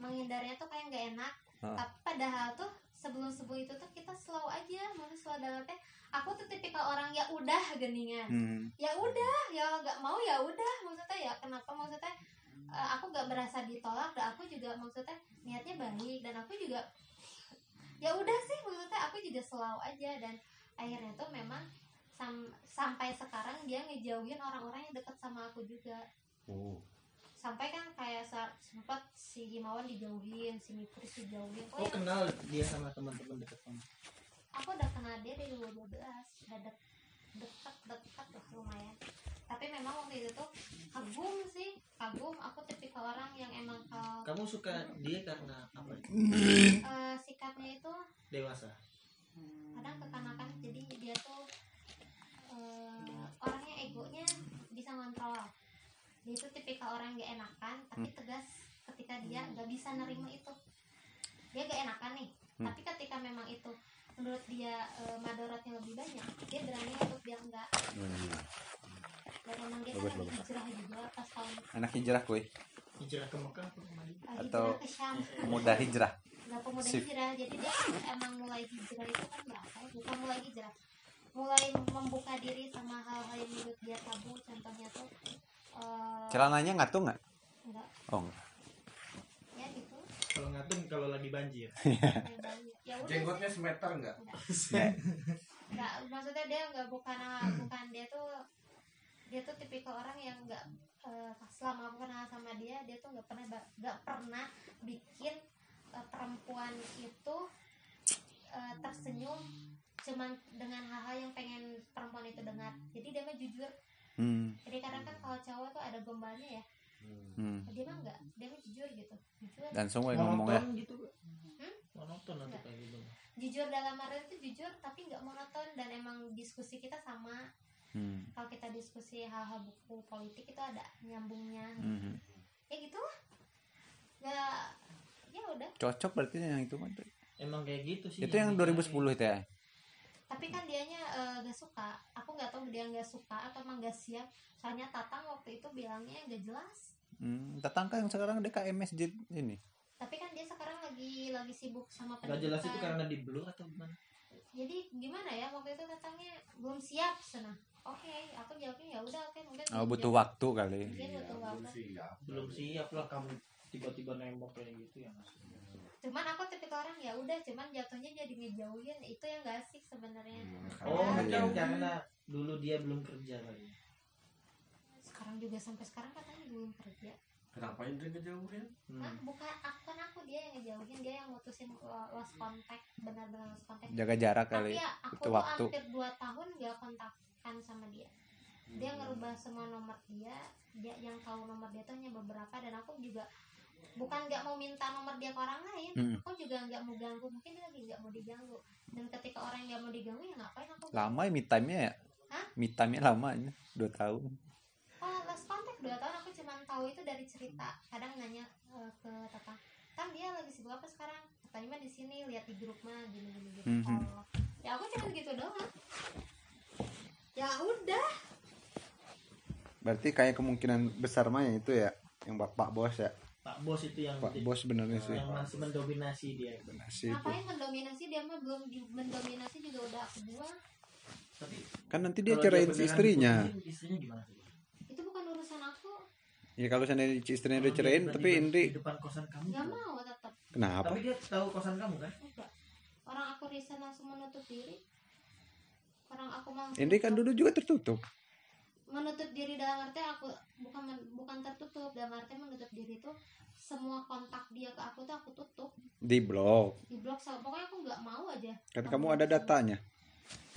Speaker 4: menghindarnya tuh kayak nggak enak
Speaker 5: Ah.
Speaker 4: tapi padahal tuh sebelum sebelum itu tuh kita slow aja maksudnya slow dalam artian aku tuh tipikal orang ya udah geningan
Speaker 5: hmm.
Speaker 4: ya udah ya nggak mau ya udah maksudnya ya kenapa maksudnya eh, aku nggak berasa ditolak dan aku juga maksudnya niatnya baik dan aku juga ya udah sih maksudnya aku juga selalu aja dan akhirnya tuh memang sam- sampai sekarang dia ngejauhin orang-orang yang deket sama aku juga
Speaker 5: oh.
Speaker 4: sampai kan kayak sa- sempat si Gimawan dijauhin si Mipris dijauhin oh,
Speaker 3: Oh kenal dia sama teman-teman dekat kamu.
Speaker 4: aku udah kenal dia dari 2012 udah dek dekat dekat lah lumayan tapi memang waktu itu tuh kagum sih kagum aku tipikal orang yang emang kalau
Speaker 3: Kamu suka dia karena apa?
Speaker 4: eh, sikapnya itu
Speaker 3: Dewasa.
Speaker 4: kadang kekanakan jadi dia tuh eh, orangnya egonya bisa ngontrol dia itu tipikal orang yang gak enakan tapi tegas ketika dia gak bisa nerima itu dia gak enakan nih
Speaker 5: Hmm.
Speaker 4: tapi ketika memang itu menurut dia eh, madorotnya lebih banyak dia berani untuk biar enggak
Speaker 5: Oh, iya.
Speaker 4: dan emang dia kan
Speaker 5: Bagus,
Speaker 4: lagi
Speaker 5: bagus.
Speaker 4: hijrah juga pas tahun
Speaker 5: anak hijrah kuy
Speaker 3: Hijrah ke Mekah apa ke Madinah?
Speaker 4: eh, hijrah
Speaker 5: Atau-
Speaker 4: ke Syam
Speaker 5: pemuda hijrah
Speaker 4: nggak pemuda
Speaker 5: Sip.
Speaker 4: hijrah jadi dia kan emang mulai hijrah itu kan berapa ya? bukan mulai hijrah mulai membuka diri sama hal-hal yang menurut dia tabu contohnya tuh eh,
Speaker 5: celananya ngatung nggak
Speaker 4: enggak
Speaker 5: oh enggak.
Speaker 4: ya gitu
Speaker 3: Kalau ngatung kalau lagi banjir.
Speaker 4: yang banyak. ya udah sih.
Speaker 6: Jenggotnya semeter enggak?
Speaker 4: nggak maksudnya dia nggak bukan bukan dia tuh dia tuh tipikal orang yang nggak eh, selama aku kenal sama dia dia tuh nggak pernah ba- nggak pernah bikin eh, perempuan itu eh, tersenyum cuman dengan hal-hal yang pengen perempuan itu dengar jadi dia mah jujur
Speaker 5: hmm.
Speaker 4: jadi kadang kan kalau cowok tuh ada gombalnya ya
Speaker 5: Hmm.
Speaker 4: dia mah nggak dia mah jujur gitu jujur
Speaker 5: dan semua yang ngomong ya
Speaker 3: Monoton gitu.
Speaker 4: Hmm?
Speaker 3: Monoton atau kayak gitu.
Speaker 4: jujur dalam arti itu jujur tapi nggak monoton dan emang diskusi kita sama
Speaker 5: hmm.
Speaker 4: kalau kita diskusi hal-hal buku politik itu ada nyambungnya
Speaker 5: Hmm.
Speaker 4: ya gitu lah nggak ya udah
Speaker 5: cocok berarti yang itu kan
Speaker 3: Emang kayak gitu sih.
Speaker 5: itu yang
Speaker 3: dicari.
Speaker 5: 2010 itu ya
Speaker 4: tapi kan dianya eh, nggak suka aku nggak tahu dia nggak suka atau emang nggak siap soalnya tatang waktu itu bilangnya nggak jelas
Speaker 5: hmm. tatang kan sekarang dia KMS jadi ini
Speaker 4: tapi kan dia sekarang lagi lagi sibuk sama
Speaker 3: Gak jelas itu
Speaker 4: pendidikan
Speaker 3: karena di blue atau gimana?
Speaker 4: jadi gimana ya waktu itu tatangnya belum siap sana oke aku jawabnya ya udah oke mungkin
Speaker 5: oh,
Speaker 4: belum
Speaker 5: butuh
Speaker 4: siap."
Speaker 5: waktu kali
Speaker 4: Mungkin butuh
Speaker 6: Iya, belum ya.
Speaker 4: waktu.
Speaker 6: siap.
Speaker 3: Belum siap lah kamu tiba-tiba nembak kayak gitu ya mas.
Speaker 4: cuman aku tipikal orang ya udah cuman jatuhnya jadi ngejauhin itu yang gak asik sebenarnya
Speaker 3: Oh,
Speaker 5: Karena-
Speaker 3: kacau karena dulu dia belum kerja lagi.
Speaker 4: sekarang juga sampai sekarang katanya belum kerja
Speaker 6: Kenapa Indri ngejauhin?
Speaker 4: ah
Speaker 3: Hmm.
Speaker 4: bukan aku kan aku dia yang ngejauhin dia yang mutusin lo- lost contact benar-benar lost contact
Speaker 5: jaga jarak
Speaker 4: tapi
Speaker 5: kali
Speaker 4: ya aku
Speaker 5: itu
Speaker 4: tuh
Speaker 5: waktu.
Speaker 4: hampir 2 tahun gak kontakkan sama dia dia
Speaker 5: Hmm.
Speaker 4: ngerubah semua nomor dia dia yang tahu nomor dia tuh hanya beberapa dan aku juga bukan nggak mau minta nomor dia ke orang lain
Speaker 5: Hmm.
Speaker 4: aku juga nggak mau ganggu mungkin dia lagi nggak mau diganggu dan ketika orang yang nggak mau diganggu ya ngapain aku
Speaker 5: lama ya me time-nya ya
Speaker 4: Hah?
Speaker 5: me time-nya lama aja dua tahun
Speaker 4: Oh, last contact dua tahun aku cuma tahu itu dari cerita. Kadang nanya eh, ke tetangga, "Tang, dia lagi sibuk apa sekarang?" Katanya mah di sini, lihat di grup mah gini gini gini.
Speaker 5: Mhm.
Speaker 4: Oh. Ya aku cuma gitu doang. Ya udah.
Speaker 5: berarti kayak kemungkinan besar mah yang itu ya yang bapak bos ya
Speaker 3: Pak bos itu yang
Speaker 5: pak bos ya. sebenarnya sih
Speaker 3: yang masih mendominasi dia.
Speaker 5: Masih itu.
Speaker 4: Ngapain mendominasi dia mah belum di- mendominasi juga udah aku buang.
Speaker 3: Tapi
Speaker 5: kan nanti dia
Speaker 3: kalau
Speaker 5: cerain
Speaker 3: beneran
Speaker 5: si istrinya
Speaker 3: diputusin, Istrinya gimana? sih?
Speaker 4: Itu bukan urusan aku.
Speaker 5: ya kalau seandainya si istrinya
Speaker 3: Kalau
Speaker 5: udah
Speaker 3: dia
Speaker 5: cerain
Speaker 3: tiba-tiba
Speaker 5: tapi Indri
Speaker 3: di depan kosan kamu.
Speaker 4: Gak
Speaker 5: Hmm.
Speaker 4: mau tetap.
Speaker 5: kenapa
Speaker 3: Tapi dia tahu kosan kamu kan?
Speaker 4: Enggak. Orang aku resign langsung menutup diri. Orang aku mau
Speaker 5: Indri kan dulu juga tertutup
Speaker 4: menutup diri dalam arti aku bukan men- bukan tertutup dalam arti menutup diri itu semua kontak dia ke aku tuh aku tutup
Speaker 5: di blog
Speaker 4: di blok sama pokoknya aku nggak mau aja
Speaker 5: kan kamu ada datanya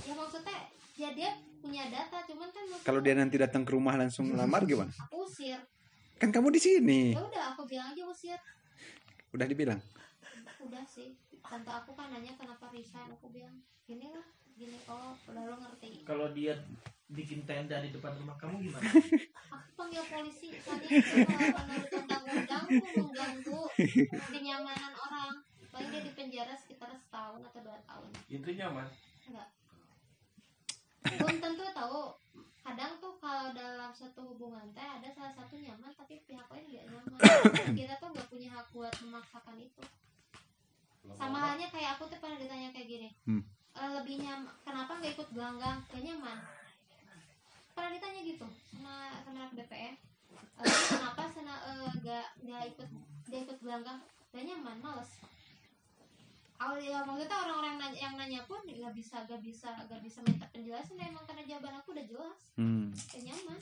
Speaker 4: ya maksudnya ya dia punya data cuman kan maksudnya
Speaker 5: Kalau dia nanti datang ke rumah langsung lamar gimana?
Speaker 4: aku usir
Speaker 5: Kan kamu di sini.
Speaker 4: ya udah aku bilang aja usir
Speaker 5: Udah dibilang.
Speaker 4: udah sih tante aku kan nanya kenapa resign aku bilang gini lah gini oh udah lo ngerti
Speaker 3: Kalau dia bikin tenda di depan rumah kamu gimana?
Speaker 4: aku panggil polisi tadi itu kalau menurut tentang mengganggu mengganggu kenyamanan orang paling dia di penjara sekitar setahun atau dua tahun
Speaker 1: Intinya nyaman.
Speaker 4: belum tentu tahu kadang tuh kalau dalam satu hubungan teh ada salah satu nyaman tapi pihak lain nggak nyaman kita tuh nggak punya hak buat memaksakan itu sama halnya kayak aku tuh pernah ditanya kayak gini
Speaker 5: Hmm.
Speaker 4: "Eh, lebih nyaman kenapa nggak ikut gelanggang gak nyaman pernah ditanya gitu sama sama anak BPN "Eh, kenapa sana eh, nggak nggak ikut nggak ikut gelanggang gak nyaman males awal ya maksudnya orang-orang yang nanya, yang nanya pun nggak bisa nggak bisa nggak bisa minta penjelasan emang karena jawaban aku udah jelas
Speaker 5: Hmm.
Speaker 4: gak Eh, nyaman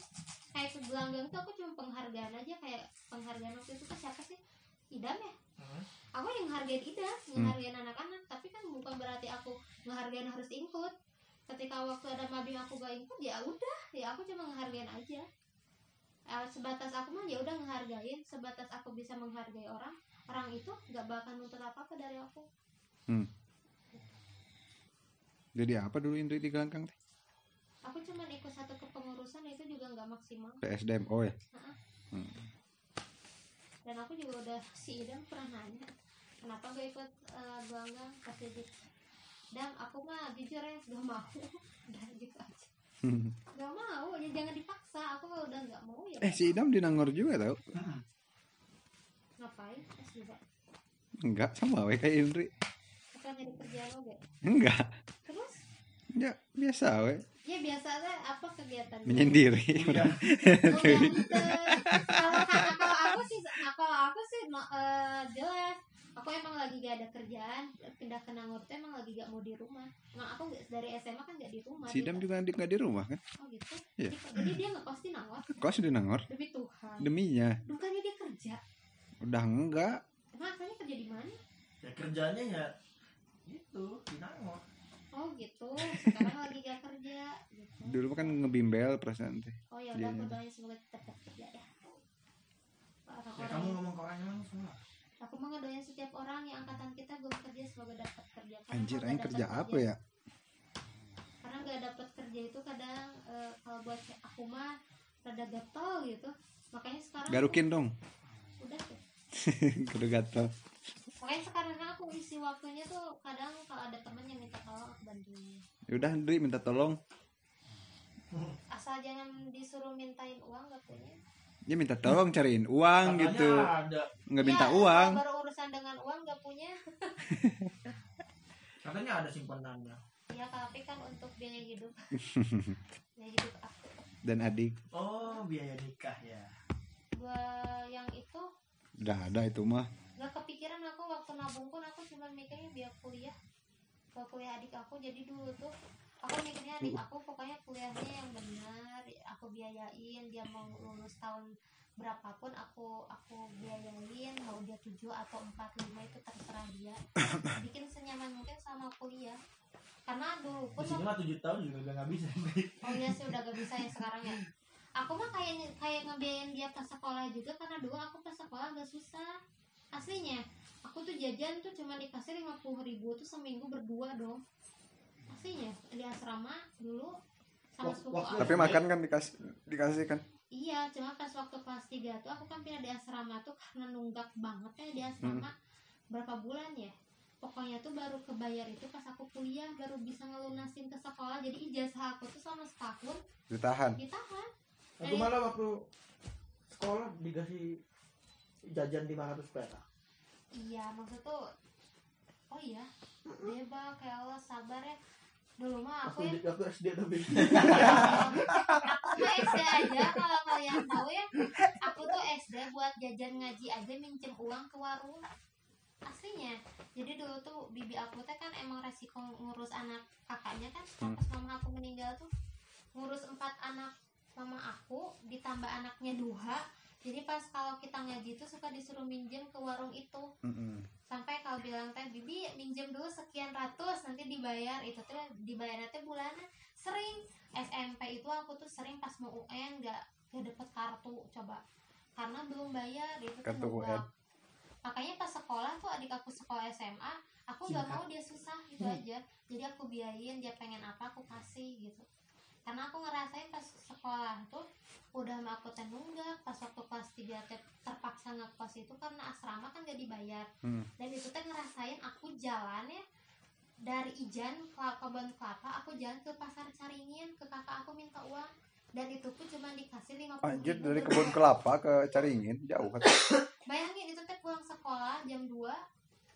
Speaker 4: kayak ke gelanggang tuh aku cuma penghargaan aja kayak penghargaan waktu itu ke siapa sih idam ya
Speaker 3: Hmm.
Speaker 4: aku yang ngehargain Ida, ngehargain anak-anak, tapi kan bukan berarti aku ngehargain harus ikut. Ketika waktu ada mabim aku gak ikut, ya udah, ya aku cuma ngehargain aja. Eh, sebatas aku mah ya udah ngehargain, sebatas aku bisa menghargai orang, orang itu gak bakal nuntut apa-apa dari aku.
Speaker 5: Jadi apa dulu Indri di gelanggang teh?
Speaker 4: Aku cuma ikut satu kepengurusan itu juga gak maksimal.
Speaker 5: PSDM. Oh ya.
Speaker 4: Dan aku juga udah si Idam pernah nanya, kenapa gak ikut eh, gelanggang pasti Dam, aku mah jujur ya gak mau. Udah gitu aja. Gak mau, ya jangan dipaksa. Aku kalau udah gak mau ya
Speaker 5: eh si Idam di Nangor juga tau?
Speaker 4: ngapain? Terus juga
Speaker 5: Enggak sama we kayak Indri.
Speaker 4: apa nyari kerjaan lo gak?
Speaker 5: Enggak.
Speaker 4: Terus
Speaker 5: Ya biasa we.
Speaker 4: ya biasa aja apa kegiatan?
Speaker 5: Menyendiri.
Speaker 3: Iya.
Speaker 4: Oh, ya, gitu. Kalau kalau aku sih kalau aku sih no, eh, jelas. Aku emang lagi gak ada kerjaan, pindah ke Nangor tuh emang lagi gak mau di rumah. Emang aku nggak- dari SMA kan gak di rumah.
Speaker 5: si Idam juga di- nggak di rumah kan?
Speaker 4: Oh gitu.
Speaker 5: Iya.
Speaker 4: Jadi, jadi dia ngekos di Nangor
Speaker 5: Kos di Nangor.
Speaker 4: demi Tuhan.
Speaker 5: Deminya.
Speaker 4: Bukannya dia kerja?
Speaker 5: Udah enggak.
Speaker 4: Emang asalnya kerja di mana?
Speaker 3: Ya kerjanya ya gitu, di Nangor.
Speaker 4: Oh gitu. Sekarang lagi gak kerja. Gitu.
Speaker 5: Dulu kan ngebimbel perasaan teh.
Speaker 4: Oh ya udah
Speaker 5: Iya.
Speaker 4: aku doain semoga tetap kerja ya.
Speaker 3: Ya
Speaker 4: Orang-orang
Speaker 3: kamu
Speaker 4: yang-
Speaker 3: ngomong ke orang emang semua.
Speaker 4: aku mau ngedoain setiap orang yang angkatan kita belum kerja semoga dapat kerja. Karena
Speaker 5: Anjir,
Speaker 4: kalau
Speaker 5: aing
Speaker 4: nggak
Speaker 5: kerja
Speaker 4: dapat
Speaker 5: apa ya?
Speaker 4: Karena nggak dapat kerja itu kadang eh, kalau buat aku mah rada gatel gitu. Makanya sekarang
Speaker 5: Garukin dong.
Speaker 4: aku- udah tuh.
Speaker 5: Kudu gatel.
Speaker 4: Makanya sekarang aku isi waktunya tuh kadang kalau ada temen yang minta tolong aku bantuin.
Speaker 5: Ya Udah Indri minta tolong.
Speaker 4: Asal jangan disuruh mintain uang gak punya.
Speaker 5: Dia minta tolong cariin uang
Speaker 3: Katanya
Speaker 5: gitu.
Speaker 3: ada,
Speaker 5: Nggak
Speaker 4: Ya,
Speaker 5: minta uang.
Speaker 4: kalau Berurusan dengan uang gak punya.
Speaker 3: katanya ada simpanannya.
Speaker 4: Iya tapi kan untuk biaya hidup Biaya hidup aku
Speaker 5: Dan adik.
Speaker 3: Oh, biaya nikah ya.
Speaker 4: Gua yang itu
Speaker 5: Udah ada itu mah.
Speaker 4: Gak kepikiran aku waktu nabung pun aku cuma mikirnya biar kuliah Kalau kuliah adik aku jadi dulu tuh Aku mikirnya adik aku pokoknya kuliahnya yang benar Aku biayain dia mau lulus tahun berapapun aku aku biayain mau dia 7 atau 45 itu terserah dia bikin senyaman mungkin sama kuliah karena dulu
Speaker 3: Di
Speaker 4: pun
Speaker 3: sini mah 7 tahun juga udah nggak bisa.
Speaker 4: Oh iya sih udah gak bisa ya sekarang ya. Aku mah kayak kayak ngebiayain dia ke sekolah juga karena dulu aku ke sekolah agak susah. Aslinya, aku tuh jajan tuh cuma dikasih lima puluh ribu tuh seminggu berdua dong. Aslinya di asrama dulu sama
Speaker 3: Wak-
Speaker 4: sepupu
Speaker 3: waktu-
Speaker 4: aku.
Speaker 5: Tapi makan kan dikasih dikasih kan.
Speaker 4: Iya, cuma pas waktu kelas 3 tuh aku kan pindah di asrama tuh karena nunggak banget ya
Speaker 3: Hmm.
Speaker 4: di asrama berapa bulan ya. Pokoknya tuh baru kebayar itu pas aku kuliah baru bisa ngelunasin ke sekolah. Jadi ijazah aku tuh selama setahun
Speaker 5: Ditahan.
Speaker 4: ditahan.
Speaker 3: Aku
Speaker 4: Eh.
Speaker 3: malah waktu sekolah dikasih jajan 500 perak.
Speaker 4: Iya, maksud tuh Oh iya, bebas kayak Allah sabar ya. Dulu mah
Speaker 3: Aku,
Speaker 4: aku ya
Speaker 3: di- aku SD udah bikin.
Speaker 4: aku SD aja kalau kalian tahu ya. Aku tuh SD buat jajan ngaji aja minjem uang ke warung. Aslinya. Jadi dulu tuh bibi aku teh kan emang resiko ngurus anak kakaknya kan
Speaker 5: Hmm.
Speaker 4: pas mama aku meninggal tuh ngurus empat anak mama aku ditambah anaknya duha. Jadi pas kalau kita ngaji tuh suka disuruh minjem ke warung itu.
Speaker 5: Mm-mm.
Speaker 4: sampai kalau bilang teh bibi minjem dulu sekian ratus nanti dibayar itu tuh dibayarnya teh bulanan sering SMP itu aku tuh sering pas mau UN gak gak dapet kartu coba karena belum bayar itu tuh
Speaker 5: Kartu
Speaker 4: nunggak. makanya pas sekolah tuh adik aku sekolah SMA aku nggak
Speaker 3: Singkat.
Speaker 4: mau dia susah itu aja jadi aku biayain dia pengen apa aku kasih gitu karena aku ngerasain pas sekolah tuh udah mah aku tenunggak pas waktu kelas 3 teh terpaksa ngekos itu karena asrama kan gak dibayar
Speaker 5: Hmm.
Speaker 4: dan itu teh ngerasain aku jalan ya dari Ijan ke kebun kelapa aku jalan ke pasar Caringin ke kakak aku minta uang dan itu pun cuma dikasih lima puluh
Speaker 5: Anjir dari kebun kelapa ke Caringin jauh kan.
Speaker 4: bayangin itu teh pulang sekolah jam 2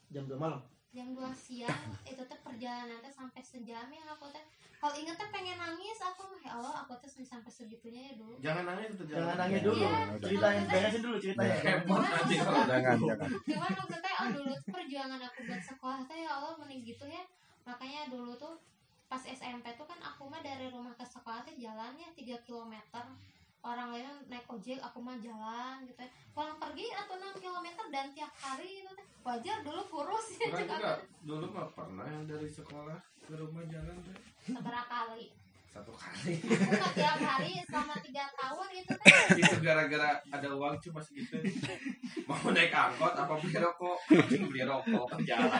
Speaker 3: jam dua malam
Speaker 4: jam 2 siang itu teh perjalanan teh sampai sejam ya aku teh kalau inget teh pengen nangis aku mah, ya Allah aku teh sampai segitunya ya dulu
Speaker 1: Jangan nangis itu
Speaker 3: jangan nangis dulu
Speaker 4: Iya.
Speaker 3: ceritain beresin dulu ceritanya
Speaker 1: Heboh nanti kalau
Speaker 5: Jangan jangan.
Speaker 4: cuman maksudnya oh dulu tuh perjuangan aku buat sekolah tuh ya Allah mending gitu ya makanya dulu tuh pas SMP tuh kan aku mah dari rumah ke sekolah tuh jalannya 3 km orang lain naik ojek aku mah jalan gitu ya pulang pergi atau 6 km dan tiap hari gitu teh. wajar dulu kurus ya
Speaker 6: Orang
Speaker 4: cek
Speaker 6: juga
Speaker 4: aku
Speaker 6: dulu mah pernah yang dari sekolah ke rumah jalan teh.
Speaker 4: seberapa kali
Speaker 6: Satu kali.
Speaker 4: bukan tiap hari selama 3 tahun gitu itu teh
Speaker 6: itu gara-gara ada uang cuma segitu mau naik angkot apa beli rokok anjing beli rokok ke jalan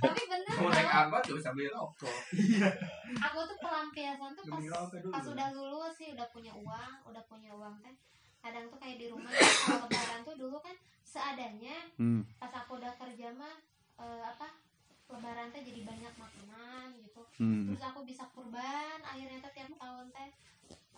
Speaker 4: tapi bener
Speaker 6: mau naik
Speaker 4: kalau
Speaker 6: angkot gak bisa beli rokok
Speaker 4: aku tuh pelampiasan tuh pas
Speaker 3: Demi rokok dulu.
Speaker 4: pas udah lulus sih udah punya uang udah punya uang teh kadang tuh kayak di rumah kalau lebaran tuh dulu kan seadanya
Speaker 5: Hmm.
Speaker 4: pas aku udah kerja mah eh, apa lebaran teh jadi banyak makanan gitu
Speaker 5: Hmm.
Speaker 4: terus aku bisa kurban akhirnya tuh tiap tahun teh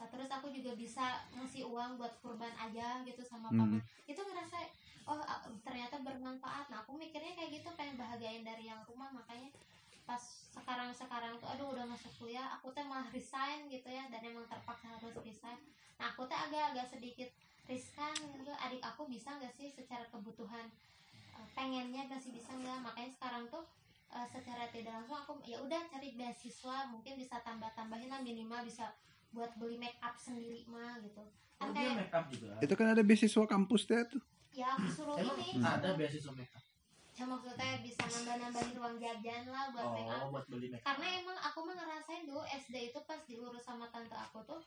Speaker 4: Nah, terus aku juga bisa ngasih uang buat kurban aja gitu sama
Speaker 5: Hmm.
Speaker 4: paman itu ngerasa oh a- ternyata bermanfaat nah aku mikirnya kayak gitu pengen bahagiain dari yang rumah makanya pas sekarang sekarang tuh aduh udah masuk kuliah aku teh malah resign gitu ya dan emang terpaksa harus resign nah aku teh agak-agak sedikit riskan gitu adik aku bisa nggak sih secara kebutuhan eh, pengennya nggak sih bisa nggak makanya sekarang tuh eh, secara tidak langsung aku ya udah cari beasiswa mungkin bisa tambah tambahin lah minimal bisa buat beli make up sendiri mah gitu
Speaker 3: Oh,
Speaker 4: kan
Speaker 3: dia
Speaker 4: kayak
Speaker 3: make up juga
Speaker 5: Itu kan ada beasiswa kampus teh tuh.
Speaker 4: ya aku suruh
Speaker 3: emang
Speaker 4: ini
Speaker 3: ada beasiswa make up
Speaker 4: ya maksudnya bisa nambah nambahin uang jajan lah buat make up
Speaker 3: oh buat beli make up
Speaker 4: karena emang aku mah ngerasain dulu SD itu pas diurus sama tante aku tuh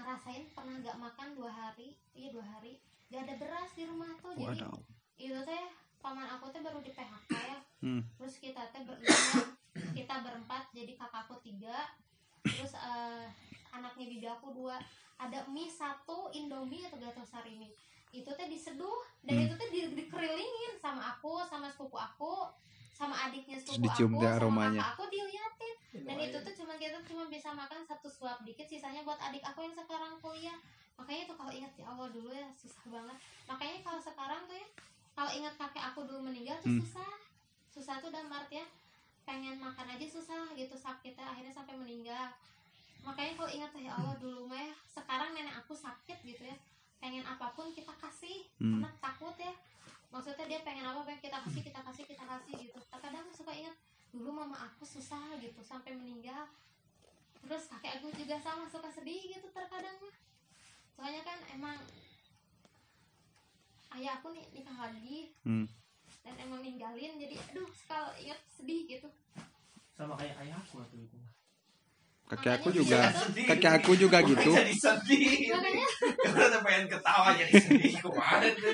Speaker 4: ngerasain pernah gak makan dua hari iya dua hari gak ada beras di rumah tuh jadi
Speaker 5: Waduh.
Speaker 4: itu teh paman aku teh baru di PHK ya
Speaker 5: Hmm.
Speaker 4: terus kita teh berlima kita berempat jadi kakakku tiga terus eh, anaknya bibi aku dua ada mie satu indomie atau gatosari mie itu teh diseduh dan
Speaker 5: Hmm.
Speaker 4: itu teh di- dikerilingin sama aku sama sepupu aku sama adiknya
Speaker 5: Terus
Speaker 4: sepupu
Speaker 5: dicium
Speaker 4: aku
Speaker 5: teh
Speaker 4: sama
Speaker 5: aromanya.
Speaker 4: kakak aku diliatin dan
Speaker 3: Iya,
Speaker 4: itu tuh cuma kita cuma bisa makan satu suap dikit sisanya buat adik aku yang sekarang kuliah makanya tuh kalau ingat ya Allah dulu ya susah banget makanya kalau sekarang tuh ya kalau ingat kakek aku dulu meninggal tuh
Speaker 5: Hmm.
Speaker 4: susah susah tuh dalam artian pengen makan aja susah gitu sakitnya akhirnya sampai meninggal makanya kalau ingat ya Allah dulu mah ya sekarang nenek aku sakit gitu ya pengen apapun kita kasih
Speaker 5: Hmm.
Speaker 4: karena takut ya maksudnya dia pengen apa pengen kita kasih kita kasih kita kasih gitu terkadang aku suka ingat dulu mama aku susah gitu sampai meninggal terus kakek aku juga sama suka sedih gitu terkadang mah soalnya kan emang ayah aku nih nikah lagi
Speaker 5: Hmm.
Speaker 4: dan emang ninggalin jadi aduh kalau ingat sedih gitu
Speaker 3: sama kayak ayah aku waktu itu
Speaker 5: Kakek aku
Speaker 4: Makanya
Speaker 5: juga.
Speaker 4: dia-
Speaker 1: sedih.
Speaker 5: Iya. Kakek aku juga gitu.
Speaker 1: jadi sedih
Speaker 4: makanya
Speaker 1: kalau udah pengen ketawa jadi sedih kemarin
Speaker 4: Iya,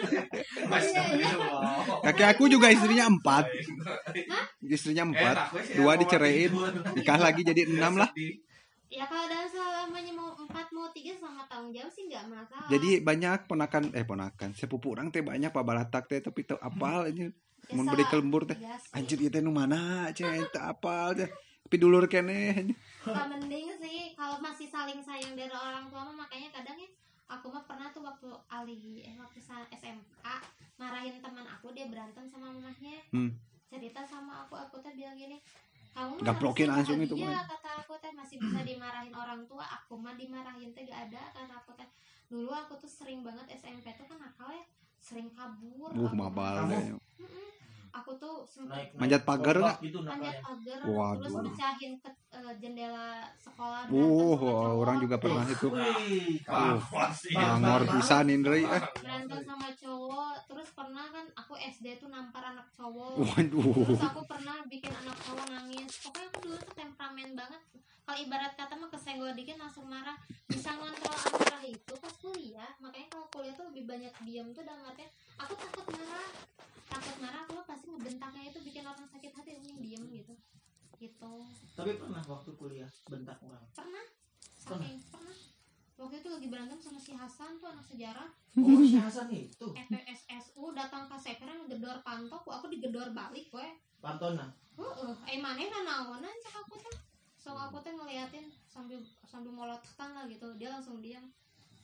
Speaker 1: Astagfirullah
Speaker 5: Kakek aku juga istrinya empat. Istrinya empat.
Speaker 1: Enak, wes, ya,
Speaker 5: Dua
Speaker 1: mau
Speaker 5: diceraiin.
Speaker 1: mati dua.
Speaker 5: Nikah lagi jadi enam lah.
Speaker 1: Sedih.
Speaker 4: ya kalau dalam selamanya mau empat mau tiga sama tanggung jawab sih nggak masalah
Speaker 5: Jadi banyak ponakan eh ponakan sepupu orang teh banyak pak balatak teh tapi teu apal ini
Speaker 4: Ya,
Speaker 5: mau
Speaker 4: sa-
Speaker 5: beli kelembur teh
Speaker 4: iya sih.
Speaker 5: anjir ieu teh nu mana ceh teu apal teh tapi dulur kene
Speaker 4: Gak mending sih kalau masih saling sayang dari orang tua mah makanya kadang ya aku mah pernah tuh waktu Ali eh waktu sa- SMA marahin teman aku dia berantem sama mamahnya
Speaker 5: Hmm.
Speaker 4: cerita sama aku aku teh bilang gini kamu mah
Speaker 5: Gaplokin
Speaker 4: harusnya
Speaker 5: langsung itu,
Speaker 4: bahagia," kata aku teh masih bisa dimarahin orang tua aku mah dimarahin teh gak ada karena aku teh dulu aku tuh sering banget SMP tuh kan nakal ya sering kabur aku
Speaker 5: uh
Speaker 4: mah-
Speaker 5: mabal teh
Speaker 4: Mm-mm. aku tuh sempet
Speaker 3: naik
Speaker 5: Manjat pagar
Speaker 3: tombak
Speaker 5: nggak?
Speaker 3: gitu
Speaker 4: panjat
Speaker 3: nakalnya
Speaker 4: pagar
Speaker 5: Waduh.
Speaker 4: terus pecahin ke eh, jendela sekolah
Speaker 5: uh
Speaker 4: sama cowok,
Speaker 5: orang juga pernah itu
Speaker 3: Wih,
Speaker 1: Awas, iya.
Speaker 5: ngor pisan Indri eh
Speaker 4: berantem sama cowok terus pernah kan aku SD tuh nampar anak cowok
Speaker 5: waduh
Speaker 4: terus aku pernah bikin anak cowok nangis pokoknya aku dulu tuh temperamen banget kalau ibarat kata mah kesenggol dikit langsung marah bisa ngontrol amarah itu pas kuliah makanya kalau kuliah tuh lebih banyak diam tuh dalam artian aku takut marah takut marah aku pasti ngebentaknya itu bikin orang sakit hati mending diem gitu gitu
Speaker 3: Tapi pernah waktu kuliah bentak orang.
Speaker 4: pernah saking pernah waktu itu lagi berantem sama si Hasan tuh anak sejarah E
Speaker 3: Oh, si Hasan itu
Speaker 4: FPSSU datang ke sekren gedor pantok aku digedor balik we
Speaker 3: Pantona.
Speaker 4: Heeh, eh manehna naonan cek aku teh. So aku teh ngeliatin sambil sambil molototan lah gitu. Dia langsung diam.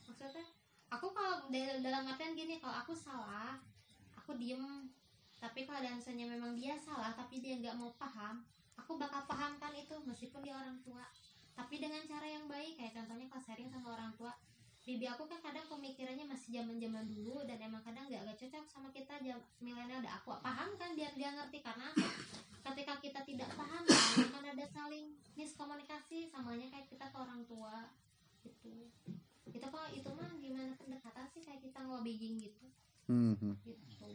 Speaker 4: Maksudnya aku kalau dal- dalam artian gini kalau aku salah, aku diem. Tapi kalau ada misalnya memang dia salah tapi dia nggak mau paham, aku bakal pahamkan itu meskipun dia orang tua. Tapi dengan cara yang baik kayak contohnya kalau sharing sama orang tua Bibi aku kan kadang pemikirannya masih zaman-zaman dulu dan emang kadang nggak nggak cocok sama kita jam milenial udah aku pahamkan biar dia ngerti karena ketika kita tidak paham kan, akan ada saling miskomunikasi samanya kayak kita ke orang tua gitu itu kalau itu mah gimana pendekatan sih kayak kita lobbying gitu
Speaker 5: Hmm.
Speaker 4: gitu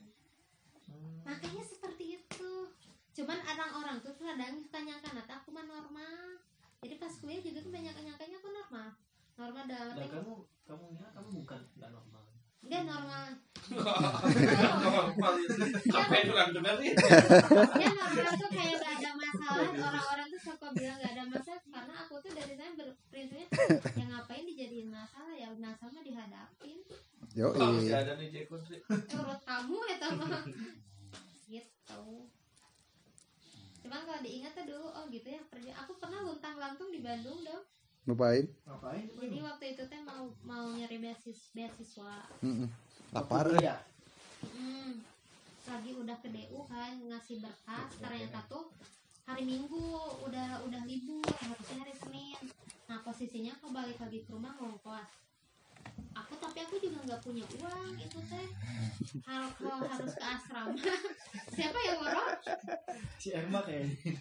Speaker 3: Hmm.
Speaker 4: makanya seperti itu cuman orang-orang tuh kadang tanyakan atau aku mah normal jadi pas kuliah juga tuh banyak yang nyangkanya aku normal normal dalam
Speaker 3: Dan
Speaker 4: arti
Speaker 3: kamu kamu ya kamu bukan nggak normal.
Speaker 4: enggak normal
Speaker 6: Normal itu. Sampai itu kan benar nih.
Speaker 4: ya normal tuh kayak gak ada masalah orang-orang tuh suka bilang gak ada masalah karena aku tuh dari sana berprinsipnya ya ngapain dijadiin masalah ya masalah mah dihadapin
Speaker 5: Yo, eh,
Speaker 6: Kalau masih ada nih Jeko sih.
Speaker 4: urut kamu itu mah gitu cuman kalau diingat tuh dulu oh gitu ya kerja aku pernah luntang lantung di Bandung dong
Speaker 5: ngapain?
Speaker 3: Ngapain?
Speaker 4: jadi waktu itu teh mau mau nyari beasis beasiswa
Speaker 5: Mm-mm. Hmm, Lapar.
Speaker 3: Lapar
Speaker 5: eh.
Speaker 3: ya.
Speaker 4: Mm. lagi udah ke DU kan ngasih berkas ternyata tuh hari Minggu udah udah libur harusnya hari Senin nah posisinya aku balik lagi ke rumah ngongkos aku tapi aku juga nggak punya uang itu teh harus harus ke asrama siapa yang ngorok
Speaker 3: Si Erma kayaknya.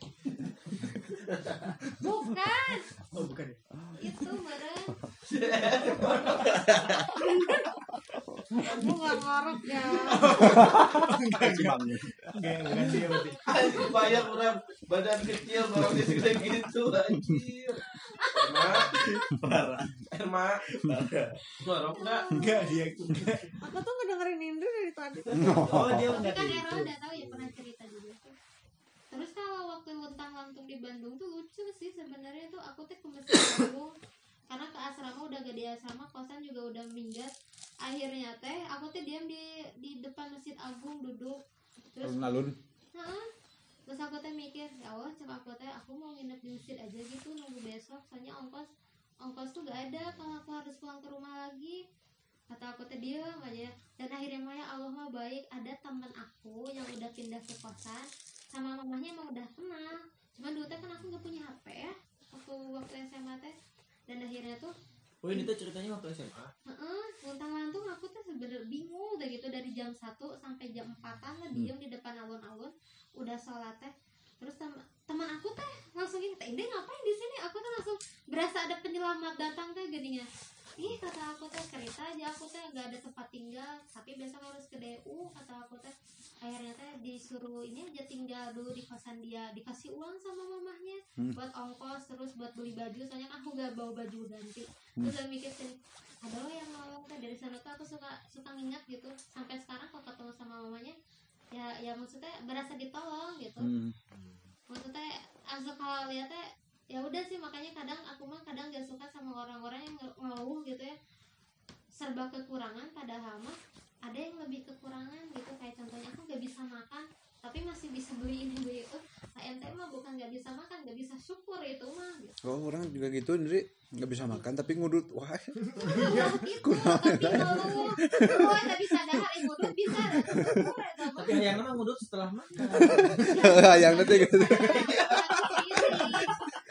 Speaker 4: bukan
Speaker 3: Oh, bukan ya.
Speaker 4: itu meren aku nggak ngorok ya
Speaker 3: Enggak, bukan dia berarti.
Speaker 6: Anjing bayar orang badan kecil orang segede gitu anjir. Erma,
Speaker 3: Parah.
Speaker 6: Erma, dorong enggak?
Speaker 3: Enggak, dia itu.
Speaker 2: Aku tuh ngedengerin Indri dari tadi.
Speaker 3: Oh, dia
Speaker 4: Tapi
Speaker 3: berarti
Speaker 4: kan Erol
Speaker 3: itu.
Speaker 4: udah tahu ya pernah cerita juga tuh. Terus kalau waktu luntang lantung di Bandung tuh lucu sih sebenarnya tuh aku tuh ke Mesir Bandung karena ke asrama udah gak di asrama kosan juga udah minggat akhirnya teh aku tuh diam di di depan masjid agung duduk terus
Speaker 5: Alun-alun.
Speaker 4: "Hah?" terus aku teh mikir ya Allah coba aku teh aku mau nginep di masjid aja gitu nunggu besok soalnya ongkos ongkos tuh gak ada kalau aku harus pulang ke rumah lagi kata aku teh diam aja dan akhirnya Maya Allah mah baik ada teman aku yang udah pindah ke kosan sama mamahnya emang udah kenal cuman dulu teh kan aku gak punya HP ya waktu waktu SMA teh dan akhirnya tuh
Speaker 3: Oh, ini tuh ceritanya waktu SMA.
Speaker 4: Heeh, luntang lantung aku tuh sebenernya bingung udah gitu dari jam 1 sampai jam 4-an lah diem di depan alun-alun udah sholat teh terus tem- teman aku teh langsung gini teh Inde ngapain di sini aku tuh langsung berasa ada penyelamat datang teh gadinya ih kata aku teh cerita aja aku teh nggak ada tempat tinggal tapi besok harus ke DU kata aku teh akhirnya teh disuruh ini aja tinggal dulu di kosan dia dikasih uang sama mamahnya
Speaker 5: Hmm.
Speaker 4: buat ongkos terus buat beli baju soalnya kan aku nggak bawa baju ganti
Speaker 5: Hmm.
Speaker 4: terus aku mikir sendiri ada loh yang nolong teh dari sana tuh aku suka suka ngingat gitu sampai sekarang kalau ketemu sama mamanya ya ya maksudnya berasa ditolong gitu
Speaker 5: Hmm.
Speaker 4: maksudnya langsung kalau lihatnya ya udah sih makanya kadang aku mah kadang gak suka sama orang-orang yang ngel- ngeluh gitu ya serba kekurangan padahal mah ada yang lebih kekurangan gitu kayak contohnya aku gak bisa makan tapi masih bisa beli ini beli itu nah, ente mah bukan gak bisa makan gak bisa syukur itu mah gitu
Speaker 5: Oh, orang juga gitu, Indri. Nggak bisa makan tapi ngudut. Wah,
Speaker 4: Wah, gitu tapi ngeluh wah tadi sadar ibu tuh bisa ada syukur eta mah.
Speaker 3: Tapi yang emang ngudut setelah makan.
Speaker 5: yang nanti gitu.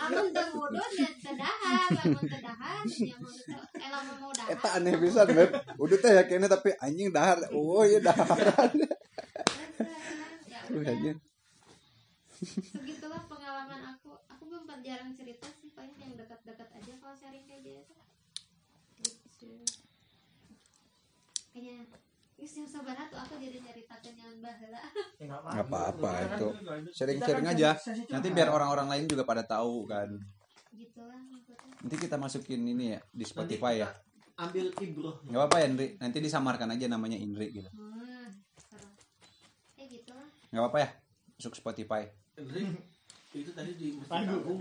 Speaker 4: Lamun teu mudun ya teu dahar, lamun teu dahar ya mun teu eh lamun mau dahar.
Speaker 5: Eta aneh pisan, Beb. Udut teh ya kayaknya tapi anjing dahar. Oh, iya dahar.
Speaker 4: Ya
Speaker 5: Aduh,
Speaker 4: udah,
Speaker 5: anjing.
Speaker 4: segitulah pengalaman aku. Aku belum pernah jarang cerita sih, paling yang dekat-dekat aja kalau sharing kayak gitu. Gitu. Kayaknya Is yang sabar tuh aku jadi nyaritakeun yang baheula.
Speaker 3: Ya, nggak
Speaker 5: Nggak apa-apa,
Speaker 3: Kita kan
Speaker 5: itu.
Speaker 3: juga-
Speaker 5: Sharing-sharing
Speaker 3: kita kan
Speaker 5: aja.
Speaker 3: sesi curhat.
Speaker 5: Nanti biar orang-orang lain juga pada tahu kan.
Speaker 4: gitulah maksudnya
Speaker 5: Nanti kita masukin ini ya di Spotify ya.
Speaker 3: ambil ibroh
Speaker 5: Gak apa-apa ya Indri, nanti disamarkan aja namanya Indri gitu.
Speaker 4: hmm, terserah. ya gitulah
Speaker 5: Gak apa-apa ya, masuk Spotify.
Speaker 6: Indri, itu tadi di Masjid
Speaker 3: Tanggung.
Speaker 6: Agung.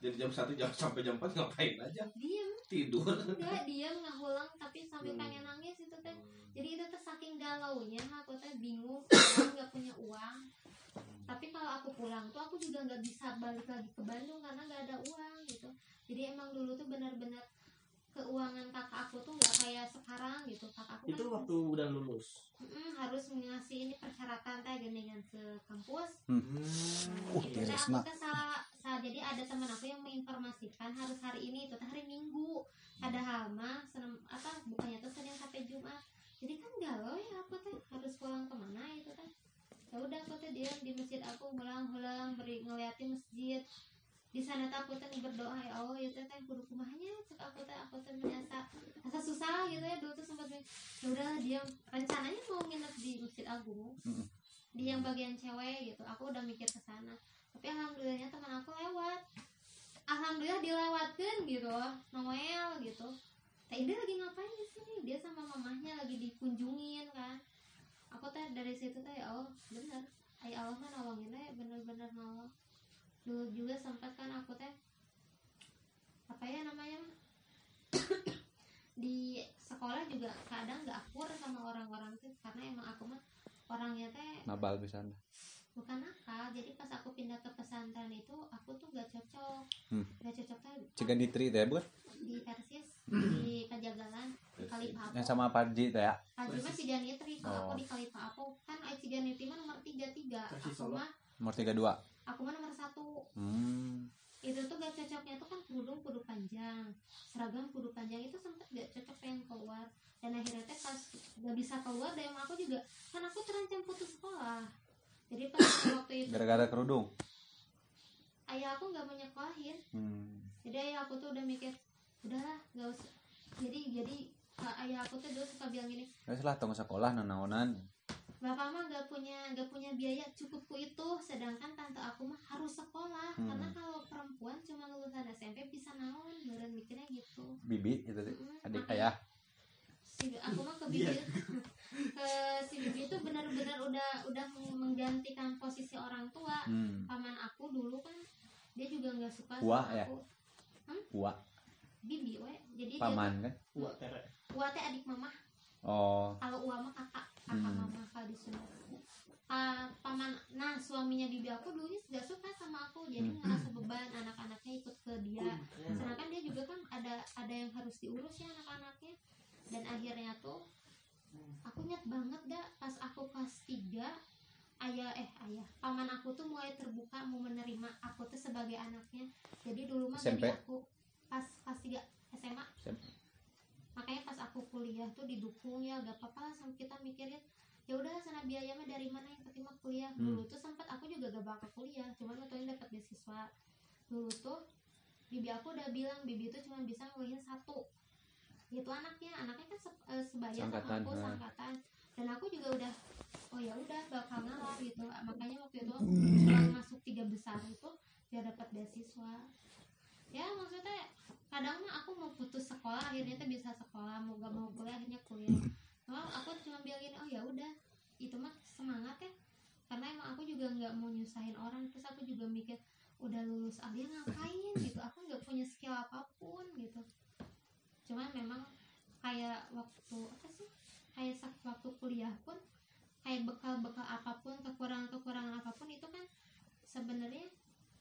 Speaker 6: Dari jam 1 jam sampai jam 4 ngapain aja?
Speaker 4: diam
Speaker 6: Tidur.
Speaker 4: enggak diam nggak ulang tapi sampai
Speaker 6: Hmm.
Speaker 4: pengen nangis itu teh jadi itu teh saking galaunya aku teh bingung aku nggak punya uang tapi kalau aku pulang tuh aku juga nggak bisa balik lagi ke Bandung karena nggak ada uang gitu jadi emang dulu tuh benar-benar keuangan kakak aku tuh nggak kayak sekarang gitu kakak aku
Speaker 3: itu
Speaker 4: kan
Speaker 3: waktu udah lulus
Speaker 4: mm, harus ngasih ini persyaratan teh kan, geningan ke kampus
Speaker 5: Uh,
Speaker 4: Itu teh
Speaker 5: tirisna.
Speaker 4: aku teh salah, salah- jadi ada teman aku yang menginformasikan harus hari ini itu teh hari Minggu. Padahal mah senem apa bukannya tuh Senin sampai Jumat. Jadi kan galau ya aku teh harus pulang kemana itu teh. Ya udah aku teh diam di masjid aku ulang-ulang beri ngeliatin masjid. Di sana teh aku teh berdoa ya Allah ya teh teh kudu kumahnya cek aku teh aku teh merasa asa susah gitu ya dulu tuh sempat ya udah diam rencananya mau nginep di masjid agung
Speaker 5: Mm-mm.
Speaker 4: di yang bagian cewek gitu aku udah mikir ke sana tapi alhamdulillahnya teman aku lewat alhamdulillah dilewatkan gitu Noel gitu Teh Ida lagi ngapain di sini dia sama mamahnya lagi dikunjungin kan aku teh dari situ teh ya Allah bener ay Allah mah nolongin teh bener-bener nolong dulu juga sempat kan aku teh apa ya namanya di sekolah juga kadang nggak akur sama orang-orang tuh karena emang aku mah orangnya teh
Speaker 5: Nabal bisa Anda.
Speaker 4: bukan nakal jadi pas aku pindah ke pesantren itu aku tuh gak cocok
Speaker 5: Hmm.
Speaker 4: gak cocok tuh
Speaker 5: Cegan di tri teh bukan?
Speaker 4: di persis di pajagalan di
Speaker 5: Yang
Speaker 4: kalipapo
Speaker 5: sama Parji teh ya.
Speaker 4: Haji mah si Ganitri
Speaker 5: Oh.
Speaker 4: kalau aku di kalipapo kan eh, si Ganitri mah nomor tiga tiga
Speaker 3: Persis
Speaker 4: aku
Speaker 3: Solo.
Speaker 4: mah
Speaker 5: Nomor 32.
Speaker 4: aku mah nomor satu
Speaker 5: Hmm.
Speaker 4: itu tuh gak cocoknya tuh kan kerudung kudu panjang seragam kudu panjang itu sempet gak cocok pengen keluar dan akhirnya teh pas gak bisa keluar dari rumah aku juga kan aku terancam putus sekolah jadi pas waktu itu
Speaker 5: Gara-gara kerudung.
Speaker 4: ayah aku nggak mau nyekolahin
Speaker 5: Hmm.
Speaker 4: jadi ayah aku tuh udah mikir udahlah nggak usah jadi jadi uh, ayah aku tuh dulu suka bilang gini
Speaker 5: Terus lah tong sekolah nanaonan.
Speaker 4: bapak mah nggak punya nggak punya biaya cukupku itu sedangkan tante aku mah harus sekolah
Speaker 5: Hmm.
Speaker 4: karena kalau perempuan cuma lulusan SMP bisa naon beren mikirnya gitu
Speaker 5: Bibi itu teh.
Speaker 4: Mm-mm.
Speaker 5: Adik
Speaker 4: Makanya
Speaker 5: ayah.
Speaker 4: si aku mah ke bibi ke si bibi itu benar-benar udah udah menggantikan posisi orang tua
Speaker 5: Hmm.
Speaker 4: paman aku dulu kan dia juga nggak suka
Speaker 5: Wah,
Speaker 4: sama
Speaker 5: ya?
Speaker 4: aku Hmm?
Speaker 5: Wa,
Speaker 4: bibi we jadi dia tuh-
Speaker 5: paman kan?
Speaker 3: Wah, tere.
Speaker 4: Ua teh adik mama
Speaker 5: Oh,
Speaker 4: kalau Ua mah kakak kakak
Speaker 5: Hmm.
Speaker 4: mama kalau di Sunda Ah, paman nah suaminya bibi aku dulunya nggak suka sama aku jadi ngerasa beban anak-anaknya ikut ke dia
Speaker 3: Iya. Hmm.
Speaker 4: sedangkan dia juga kan ada ada yang harus diurus ya anak-anaknya dan akhirnya tuh aku nyet banget dah pas aku kelas 3 ayah eh ayah paman aku tuh mulai terbuka mau menerima aku tuh sebagai anaknya jadi dulu mah
Speaker 5: SMP?
Speaker 4: jadi aku pas kelas 3 SMA
Speaker 5: SMP.
Speaker 4: makanya pas aku kuliah tuh didukung ya gak apa-apa lah sama kita mikirin ya udah sana biaya mah dari mana yang penting mah kuliah
Speaker 5: Hmm.
Speaker 4: dulu tuh sempat aku juga gak bakal kuliah cuman untungnya dapat beasiswa dulu tuh bibi aku udah bilang bibi itu cuma bisa ngelihin satu itu anaknya anaknya kan se- eh, sebaya sama
Speaker 5: Seangkatan,
Speaker 4: aku
Speaker 5: ha.
Speaker 4: sangkatan dan aku juga udah oh ya udah bakal ngalah gitu makanya waktu itu aku
Speaker 5: Hmm.
Speaker 4: cuma masuk tiga besar itu biar dapat beasiswa ya maksudnya kadang mah aku mau putus sekolah akhirnya tuh bisa sekolah mau gak mau kuliah akhirnya kuliah Cuma aku cuma bilang gini, oh ya udah itu mah semangat ya karena emang aku juga nggak mau nyusahin orang terus aku juga mikir udah lulus alia ngapain gitu aku nggak punya skill apapun gitu cuman memang kayak waktu apa sih kayak sak- waktu kuliah pun kayak bekal-bekal apapun kekurangan-kekurangan apapun itu kan sebenarnya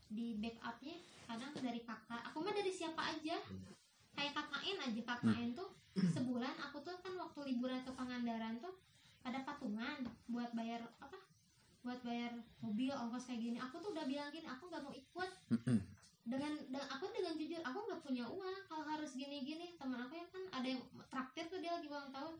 Speaker 4: di backupnya kadang dari kakak aku mah dari siapa aja kayak KKN aja KKN tuh sebulan aku tuh kan waktu liburan ke Pangandaran tuh ada patungan buat bayar apa buat bayar mobil ongkos kayak gini aku tuh udah bilang gini aku nggak mau ikut
Speaker 5: Mm-mm.
Speaker 4: dengan dan aku dengan jujur aku nggak punya uang kalau harus gini-gini teman aku yang kan ada yang traktir tuh dia lagi ulang tahun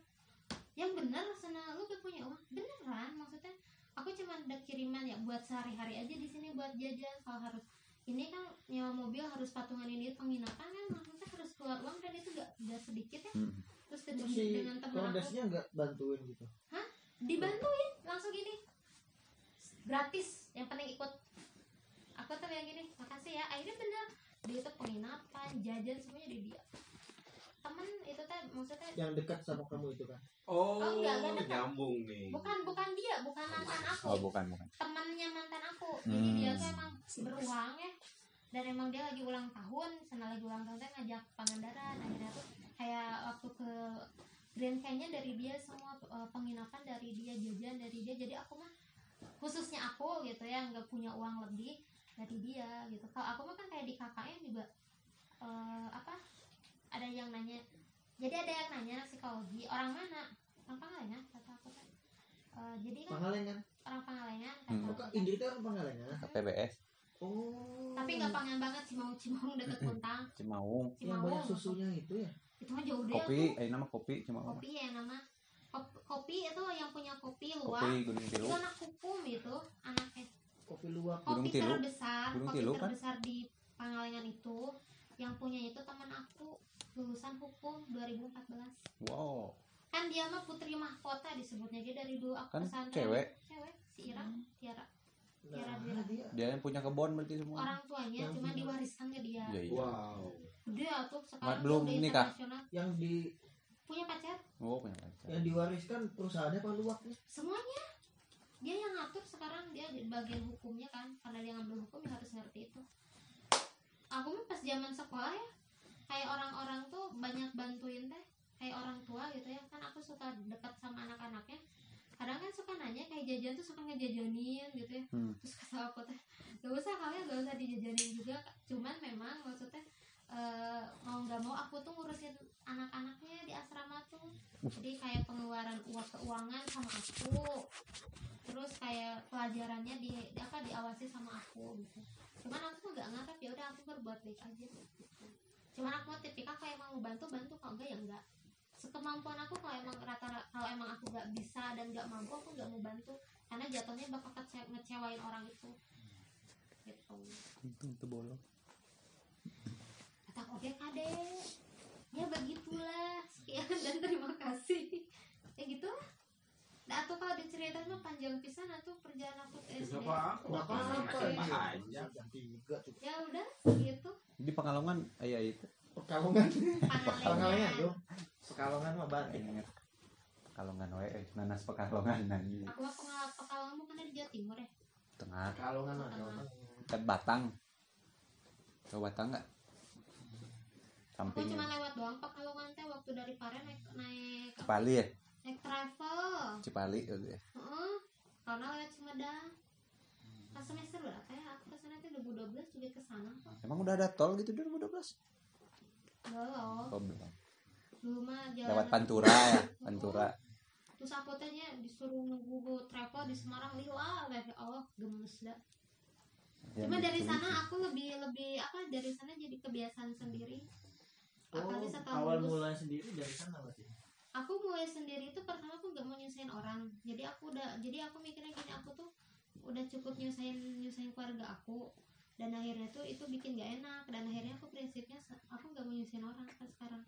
Speaker 4: yang bener sana lu gak punya uang beneran maksudnya aku cuma ada kiriman ya buat sehari-hari aja di sini buat jajan kalau harus ini kan nyewa mobil harus patungan ini penginapan kan maksudnya harus keluar uang dan itu gak, gak sedikit ya
Speaker 5: Mm.
Speaker 4: terus
Speaker 3: Itu
Speaker 4: dengan,
Speaker 3: si
Speaker 4: dengan teman aku
Speaker 3: rodasnya nggak bantuin gitu
Speaker 4: dibantuin langsung gini gratis yang penting ikut aku tuh yang gini makasih ya akhirnya bener ya. dia itu penginapan pengajian semuanya di dia temen itu teh maksudnya
Speaker 5: Iya.
Speaker 3: yang dekat sama kamu itu kan
Speaker 6: Oh,
Speaker 4: Oh, enggak, enggak, enggak.
Speaker 6: nyambung nih.
Speaker 4: bukan bukan dia bukan mantan aku
Speaker 5: oh bukan bukan
Speaker 4: temannya mantan aku jadi
Speaker 5: Hmm.
Speaker 4: dia tuh emang beruang ya dan emang dia lagi ulang tahun sana lagi ulang tahun teh ngajak pangandaran akhirnya tuh kayak waktu ke Grand Canyon dari dia semua eh, penginapan dari dia jajan dari dia jadi aku mah khususnya aku gitu ya nggak punya uang lebih dari dia gitu kalau aku mah kan kayak di KKN juga eh, apa ada yang nanya jadi ada yang nanya psikologi orang mana orang Pangalengan kata aku kan Eh, jadi kan
Speaker 3: Pangalengan
Speaker 4: orang Pangalengan
Speaker 5: Hmm.
Speaker 4: kata
Speaker 3: oh,
Speaker 4: aku
Speaker 3: Kak, Indri itu orang Pangalengan
Speaker 5: KPBS
Speaker 3: oh
Speaker 4: tapi nggak pangan banget Cimaung Cimaung deket
Speaker 5: Hmm.
Speaker 4: Kuntang
Speaker 5: Cimaung
Speaker 3: yang
Speaker 4: Cimaung
Speaker 3: Iya, banyak susunya itu ya
Speaker 4: itu mah jauh deh
Speaker 5: kopi
Speaker 4: tuh.
Speaker 5: eh nama kopi Cimaung
Speaker 4: kopi ya nama Kop- kopi itu yang punya kopi
Speaker 5: kopi
Speaker 4: luwak
Speaker 5: Gunung
Speaker 4: itu
Speaker 5: Kidul
Speaker 4: anak hukum itu anaknya
Speaker 3: kopi luwak
Speaker 5: Gunung
Speaker 4: kopi
Speaker 5: Tilu.
Speaker 4: terbesar
Speaker 5: Gunung
Speaker 4: kopi
Speaker 5: Tilu, kan?
Speaker 4: terbesar di Pangalengan itu yang punya itu teman aku lulusan hukum 2014
Speaker 5: wow
Speaker 4: kan dia mah putri mahkota disebutnya dia dari dulu aku
Speaker 5: Kan
Speaker 4: pesantren.
Speaker 5: cewek.
Speaker 4: cewek si Ira
Speaker 3: Hmm.
Speaker 4: Tiara
Speaker 3: nah
Speaker 4: Kira-kira.
Speaker 3: dia
Speaker 5: dia yang punya kebon berarti semua
Speaker 4: orang ya. tuanya
Speaker 3: Yang
Speaker 4: cuma
Speaker 3: punya.
Speaker 4: diwariskan ke dia
Speaker 5: iya iya
Speaker 6: Wow.
Speaker 4: dia tuh
Speaker 5: Mat-
Speaker 4: sekarang
Speaker 5: belum
Speaker 4: udah
Speaker 5: nikah?
Speaker 4: internasional.
Speaker 3: yang di
Speaker 4: punya pacar
Speaker 5: oh punya pacar
Speaker 3: yang diwariskan perusahaannya apa luwaknya
Speaker 4: semuanya dia yang ngatur sekarang dia di bagian hukumnya kan karena dia ngambil hukum ya harus ngerti itu aku mah pas zaman sekolah ya kayak orang-orang tuh banyak bantuin teh kayak orang tua gitu ya kan aku suka dekat sama anak-anaknya kadang kan suka nanya kayak jajan tuh suka ngejajanin gitu ya
Speaker 5: Hmm.
Speaker 4: terus kata aku teh gak usah kalian gak usah dijajanin juga cuman memang maksudnya eh, mau nggak mau aku tuh ngurusin anak-anaknya di asrama tuh jadi kayak pengeluaran uang keuangan sama aku terus kayak pelajarannya di, di apa diawasi sama aku gitu cuman aku nggak ngarep ya udah aku berbuat baik aja gitu. cuman aku tipikal kayak emang mau bantu bantu kalau enggak ya enggak sekemampuan aku kalau emang rata kalau emang aku nggak bisa dan nggak mampu aku nggak mau bantu karena jatuhnya bakal kece- ngecewain orang itu gitu
Speaker 5: itu bolong
Speaker 4: kata oke kade ya begitulah sekian dan terima kasih ya gitu lah nah, atau kalau diceritain mah panjang pisan atau perjalanan aku ke SD
Speaker 6: Kenapa?
Speaker 3: nggak apa-apa
Speaker 6: Kenapa
Speaker 3: ya
Speaker 6: aja?
Speaker 3: Jam tiga tuh
Speaker 4: ya udah segitu
Speaker 5: di Pekalongan ayah itu
Speaker 3: pekalongan pekalongan
Speaker 4: panalenya
Speaker 3: dong pekalongan mah banget
Speaker 5: ingat Iya. Pekalongan we eh, nanas Pekalongan nah, nanti
Speaker 4: aku mah pengal pekalongan bukan dari Jawa Timur ya
Speaker 5: tengah
Speaker 3: pekalongan mah ada orang
Speaker 5: kan Batang tahu Batang nggak
Speaker 4: aku
Speaker 5: samping
Speaker 4: cuma lewat doang pekalongan teh waktu dari Pare naik naik
Speaker 5: Cipali ya
Speaker 4: naik travel
Speaker 5: Cipali gitu ya
Speaker 4: Heeh. karena lewat Sumedang pas semester berapa ya aku kesana tuh 2012 juga kesana kok
Speaker 5: emang udah ada tol gitu 2012
Speaker 4: belum
Speaker 5: oh belum
Speaker 4: dulu mah jalan
Speaker 5: lewat Pantura ya Pantura
Speaker 4: terus aku tanya disuruh nunggu go travel di Semarang lila weh ya Allah gemes dah
Speaker 5: Ya,
Speaker 4: cuma dari sana aku lebih lebih apa dari sana jadi kebiasaan sendiri
Speaker 3: Oh,
Speaker 4: apalagi setelah
Speaker 3: awal
Speaker 4: lulus
Speaker 3: mulai sendiri dari sana berarti
Speaker 4: aku mulai sendiri itu pertama aku gak mau nyusahin orang jadi aku udah jadi aku mikirnya gini aku tuh udah cukup nyusahin nyusahin keluarga aku dan akhirnya tuh itu bikin gak enak dan akhirnya aku prinsipnya se- aku gak mau nyusahin orang sampai sekarang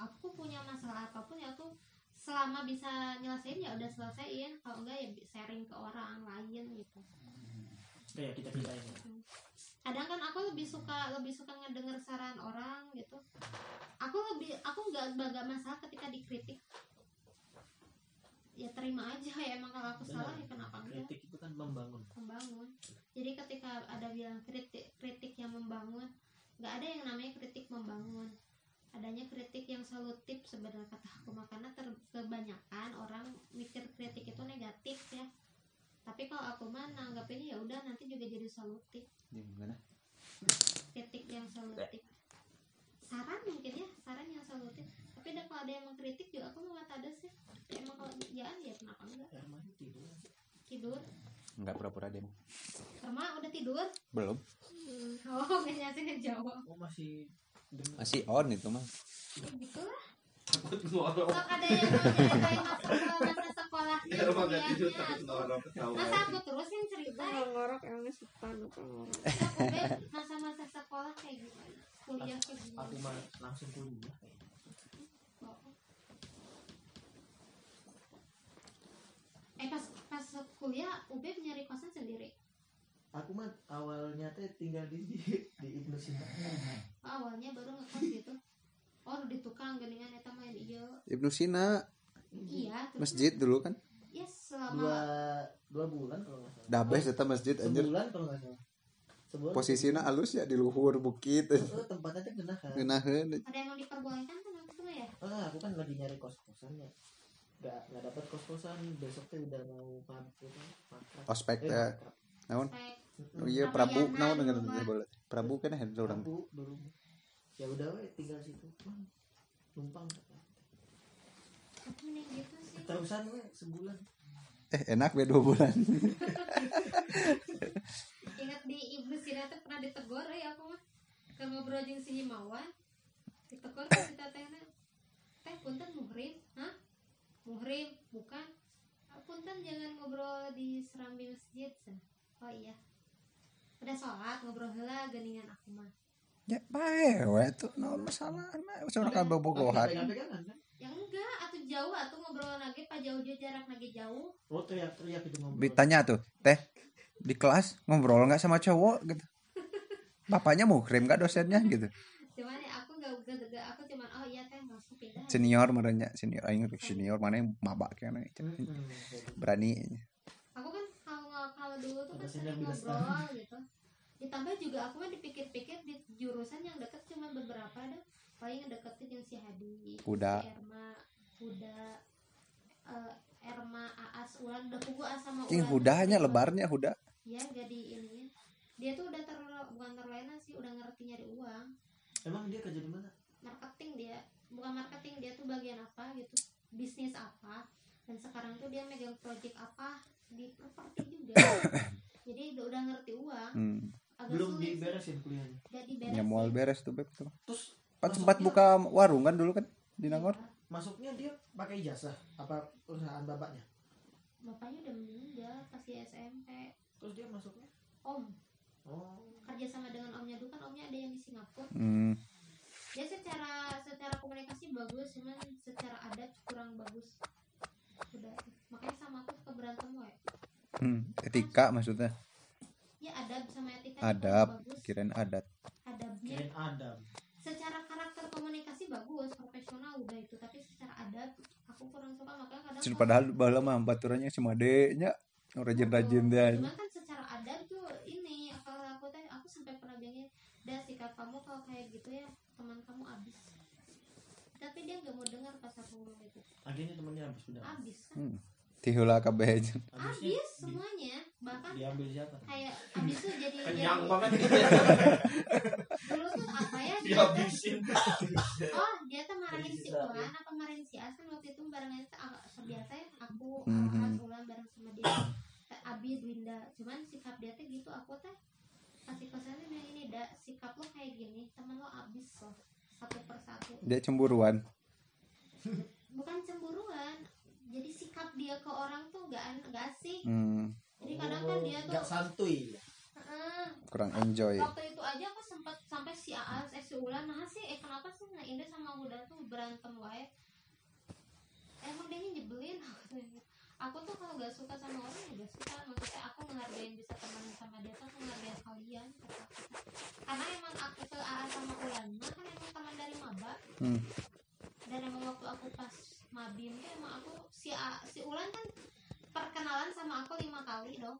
Speaker 4: aku punya masalah apapun ya aku selama bisa nyelesain ya udah selesaiin kalau enggak ya sharing ke orang lain gitu
Speaker 3: kayak Iya, kita kita ini
Speaker 4: kadang kan aku lebih suka lebih suka ngedenger saran orang gitu aku lebih aku nggak nggak masalah ketika dikritik ya terima aja ya emang kalau aku salah ya kenapa enggak
Speaker 3: kritik itu kan membangun
Speaker 4: membangun jadi ketika ada bilang kritik kritik yang membangun nggak ada yang namanya kritik membangun adanya kritik yang solutif sebenarnya kata aku makanya ter- kebanyakan orang mikir kritik itu negatif ya tapi kalau aku mah nanggapinnya ya udah nanti juga jadi solutif
Speaker 5: Ya, gimana
Speaker 4: kritik yang
Speaker 6: Eh.
Speaker 4: solutif saran mungkin ya saran yang solutif tapi udah kalau ada yang mengkritik juga aku mau ada sih ya, emang kalau jalan ya kenapa enggak
Speaker 3: Herman tidur
Speaker 4: tidur
Speaker 5: nggak pura-pura demo
Speaker 4: sama udah tidur
Speaker 5: belum
Speaker 4: oh kayaknya sih ngejawab
Speaker 3: oh masih dengar
Speaker 5: masih on itu mah
Speaker 4: gitu lah
Speaker 6: Takut ngorok.
Speaker 4: kalau ada yang mau ceritain masa masa sekolah
Speaker 6: Ya, lu nggak tidur takut
Speaker 4: kuliahnya
Speaker 6: Iya.
Speaker 4: masa
Speaker 6: ngorok ketahuan.
Speaker 4: aku terus yang cerita ya?
Speaker 2: ngorok emangnya suka nuka ngorok
Speaker 4: aku deh masa-masa sekolah kayak gimana kuliah kayak
Speaker 3: aku
Speaker 4: gimana
Speaker 3: mah langsung kuliah kayaknya.
Speaker 4: Oh. eh pas pas kuliah Ubed nyari kosan sendiri
Speaker 3: aku mah awalnya teh tinggal di di, di Ibnu Sina
Speaker 4: awalnya baru ngekos gitu oh di tukang geningan eta main iya
Speaker 5: Ibnu Sina
Speaker 4: iya terus-
Speaker 5: masjid dulu kan
Speaker 4: yes
Speaker 3: dua
Speaker 4: selama
Speaker 3: dua bulan kalau nggak salah
Speaker 5: dabes eta masjid anjir
Speaker 3: sebulan kalau nggak salah sebulan
Speaker 5: posisinya halus ya di luhur bukit
Speaker 3: Eh, tempatnya teh genah kan
Speaker 5: ngeunaheun
Speaker 4: ada yang diperbolehkan kan waktu itu ya
Speaker 3: ah aku kan lagi nyari kos kosannya nggak nggak dapat kos kosan besok teh udah mau kampus kontrak
Speaker 5: ospek
Speaker 3: Eh,
Speaker 5: teh
Speaker 3: kontrak.
Speaker 5: naon
Speaker 4: Kayak
Speaker 3: Mm-mm.
Speaker 5: Oh iya Prabu naon dengan boleh Prabu kan handle orang
Speaker 3: Rabu baru ya udah we tinggal situ Bang, numpang
Speaker 4: apa nih gitu sih
Speaker 3: terusan we sebulan
Speaker 5: eh enak be dua bulan
Speaker 4: ingat di Ibnu Sina teh pernah ditegur ya aku mah ke ngobrol jeung si Himawan ditegur ke si tetehna teh punten muhrim hah muhrim bukan "Ah, punten jangan ngobrol di serambi masjid cenah." oh iya udah sholat ngobrol heula geningan aku mah
Speaker 5: ya bae we tuh naon masalah mah usaha kan bobogohan
Speaker 3: Tapi pegangan kan
Speaker 4: yang Ya enggak atau jauh atau ngobrol lagi pak jauh dia jarak lagi jauh
Speaker 3: oh teriak teriak itu ngobrol
Speaker 5: ditanya tuh teh di kelas ngobrol nggak sama cowok gitu bapaknya muhrim gak dosennya gitu
Speaker 4: cuman ya aku nggak gak, gak- aku cuman oh iya teh langsung pindah
Speaker 5: senior merenya senior aing senior mana yang mabak kan
Speaker 3: Mm-mm.
Speaker 5: berani
Speaker 4: aku kan kalau kalau dulu tuh kan
Speaker 3: Ada sinyal
Speaker 4: sering
Speaker 3: bila
Speaker 4: ngobrol gitu ditambah juga aku mah dipikir-pikir di jurusan yang deket cuma beberapa ada paling yang deket tuh yang si Hadi
Speaker 5: Kuda.
Speaker 4: si Erma Huda eh, Erma Aas Ulan udah kugu Aas sama Ulan
Speaker 5: Cing hudanya lebarnya huda
Speaker 4: ya jadi ini dia tuh udah ter bukan terlena sih udah ngerti nyari uang
Speaker 3: emang dia kerja di mana
Speaker 4: marketing dia bukan marketing dia tuh bagian apa gitu bisnis apa dan sekarang tuh dia megang project apa di properti juga jadi udah, udah ngerti uang
Speaker 5: hmm.
Speaker 4: agak
Speaker 3: belum
Speaker 4: sulit sih.
Speaker 3: diberesin kuliahnya
Speaker 4: Udah diberesin.
Speaker 5: nyamual beres tuh beb tuh
Speaker 3: terus
Speaker 5: kan sempat buka warung kan dulu kan di Nangor
Speaker 4: Iya.
Speaker 3: masuknya dia pakai ijazah apa perusahaan bapaknya
Speaker 4: bapaknya udah meninggal pas di SMP
Speaker 3: terus dia masuknya
Speaker 4: om
Speaker 3: oh
Speaker 4: kerja sama dengan omnya dulu kan omnya ada yang di Singapura
Speaker 5: hmm.
Speaker 4: dia secara secara komunikasi bagus cuman secara adat kurang bagus udah makanya sama aku suka berantem wae
Speaker 5: hmm. etika maksudnya
Speaker 4: ya adab sama etika
Speaker 5: adab
Speaker 4: bagus
Speaker 5: kirain adat
Speaker 4: adabnya
Speaker 3: kirain Adam
Speaker 4: secara karakter komunikasi bagus profesional udah itu tapi secara adab aku kurang suka makanya kadang
Speaker 5: Cing,
Speaker 4: kalau-
Speaker 5: padahal bala mah baturannya cuma denya rajin rajin
Speaker 4: Betul.
Speaker 5: deh
Speaker 4: cuman kan secara adab tuh ini kalau aku teh aku sampai pernah bilangnya dah sikap kamu kalau kayak gitu ya teman kamu abis tapi dia nggak mau dengar pas aku ngomong itu
Speaker 3: akhirnya temennya habis udah
Speaker 4: abis kan
Speaker 5: hmm. tihula kabeh aja
Speaker 3: habisnya
Speaker 4: abis semuanya bahkan
Speaker 3: diambil siapa
Speaker 4: kayak abis tuh jadi
Speaker 6: kenyang
Speaker 4: jadi-
Speaker 6: banget
Speaker 4: dulu tuh apa ya dia teh
Speaker 6: dihabisin
Speaker 4: oh dia tuh marahin si
Speaker 3: Bisa,
Speaker 4: Ulan apa marahin si As kan waktu itu barengan itu ah, biasa ya aku
Speaker 5: Mhm.
Speaker 4: As Ulan bareng sama dia Teh Abi Winda cuman sikap dia tuh gitu aku teh kasih pesannya bilang ini da sikap lo kayak gini temen lo abis loh satu persatu
Speaker 5: dia cemburuan
Speaker 4: bukan cemburuan jadi sikap dia ke orang tuh nggak an- nggak asik
Speaker 5: hmm.
Speaker 4: jadi kadang kan dia tuh
Speaker 3: Oh, nggak santuy
Speaker 4: "Eh,
Speaker 5: kurang enjoy
Speaker 4: waktu itu aja aku sempat sampai si Aas eh si Ulan nah sih eh kenapa sih nah Indah sama Huda tuh berantem wae emang dia nyebelin aku tuh kalau gak suka sama orang ya gak suka maksudnya aku menghargain bisa teman sama dia tuh aku menghargain kalian kata aku. karena emang aku ke Aas sama Ulan mah kan emang teman dari maba
Speaker 5: hmm.
Speaker 4: dan emang waktu aku pas mabim tuh emang aku si A- si Ulan kan perkenalan sama aku lima kali dong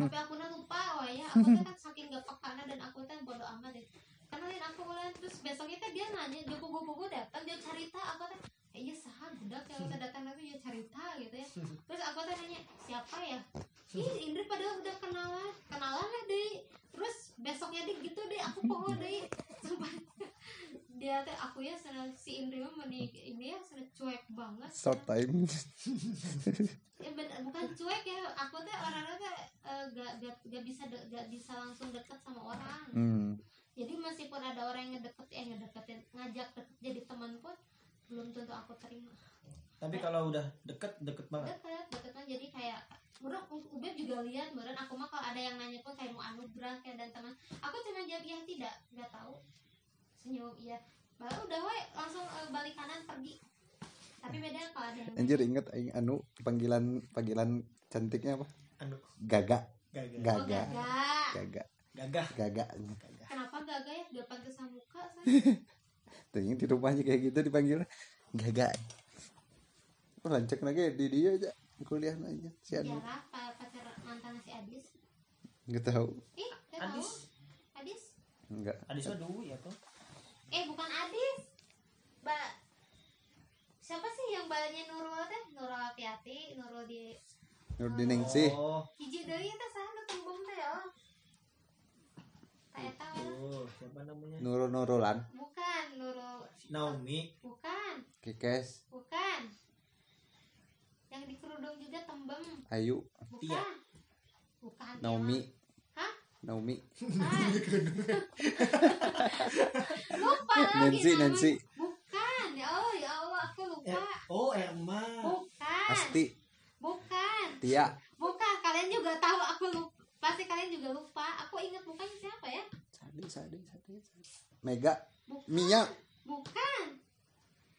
Speaker 4: tapi aku udah lupa oh ya aku tuh kan saking gak pekana dan aku tuh bodo amat deh kenalin aku Ulan terus besok itu dia nanya dia buku-buku datang dia cerita aku tuh kayaknya sah budak yang udah datang tapi dia cerita gitu ya terus aku tuh nanya siapa ya ih Indri padahal udah kenalan kenalan lah deh terus besoknya deh gitu deh aku poho deh sumpah dia teh aku ya sana si Indri mah meni ini ya sana cuek banget
Speaker 5: short time
Speaker 4: ya ben- bukan cuek ya aku teh orangnya teh eh, gak, gak, gak bisa de- gak bisa langsung deket sama orang
Speaker 5: hmm.
Speaker 4: jadi meskipun ada orang yang ngedeket eh ngedeketin ngajak deket jadi teman pun belum tentu aku terima
Speaker 3: tapi kalau udah deket deket banget
Speaker 4: deket deket kan jadi kayak Murah, Ubed juga lihat, murah aku mah kalau ada yang nanya pun kayak mau anugerah kayak dan teman, aku cuma jawab ya tidak, nggak tahu, senyum iya, malah udah we langsung eh, balik kanan pergi, tapi beda kalau ada yang
Speaker 5: anjir inget aing anu panggilan panggilan cantiknya apa
Speaker 3: anu
Speaker 5: gaga
Speaker 3: Gagah.
Speaker 4: Oh,
Speaker 5: Gagak.
Speaker 4: gagak.
Speaker 5: Gagak.
Speaker 3: Gagah.
Speaker 5: Gagak.
Speaker 3: Gagah.
Speaker 4: Kenapa gagak ya? Depan kesamuka saya.
Speaker 5: Tuh yang di rumahnya kayak gitu dipanggil Gagak. Oh, lancek lagi di dia aja kuliah aja si Anu.
Speaker 4: Tiara pa- Ya, pacar mantan si Adis.
Speaker 5: Enggak tahu.
Speaker 4: Ih, gak tahu.
Speaker 3: Adis.
Speaker 4: Adis?
Speaker 5: Enggak.
Speaker 3: Adis mah Dewi ya tuh.
Speaker 4: Eh, bukan Adis. Mbak Siapa sih yang balanya Nurul teh? Nurul Atiati, Nurul di
Speaker 5: Nurdin sih.
Speaker 3: Oh,
Speaker 4: hiji deui teh saha nu tembung teh ya. Ta eta we.
Speaker 3: tuh. Siapa namanya?
Speaker 5: Nurul Nurulan.
Speaker 4: Bukan Nurul,
Speaker 3: Naomi.
Speaker 4: bukan,
Speaker 5: Kikes.
Speaker 4: bukan. Yang di kerudung juga tembem,
Speaker 5: Ayu.
Speaker 4: bukan.
Speaker 3: Tia.
Speaker 4: Bukan. Tia.
Speaker 5: Naomi.
Speaker 4: Hah?
Speaker 5: Naomi.
Speaker 4: Bukan. lupa lagi
Speaker 5: Nancy,
Speaker 4: namanya.
Speaker 5: Nancy.
Speaker 4: Bukan. Ya Allah, ya Allah, aku lupa.
Speaker 3: Oh, Erma.
Speaker 4: Bukan.
Speaker 5: Asti.
Speaker 4: Bukan.
Speaker 5: Tia.
Speaker 4: Bukan. Kalian juga tahu aku lupa. Pasti kalian juga lupa. Aku ingat mukanya siapa ya?
Speaker 5: Sadi, sadi, sadi, sadi. Mega.
Speaker 4: Bukan.
Speaker 5: Mia.
Speaker 4: Bukan.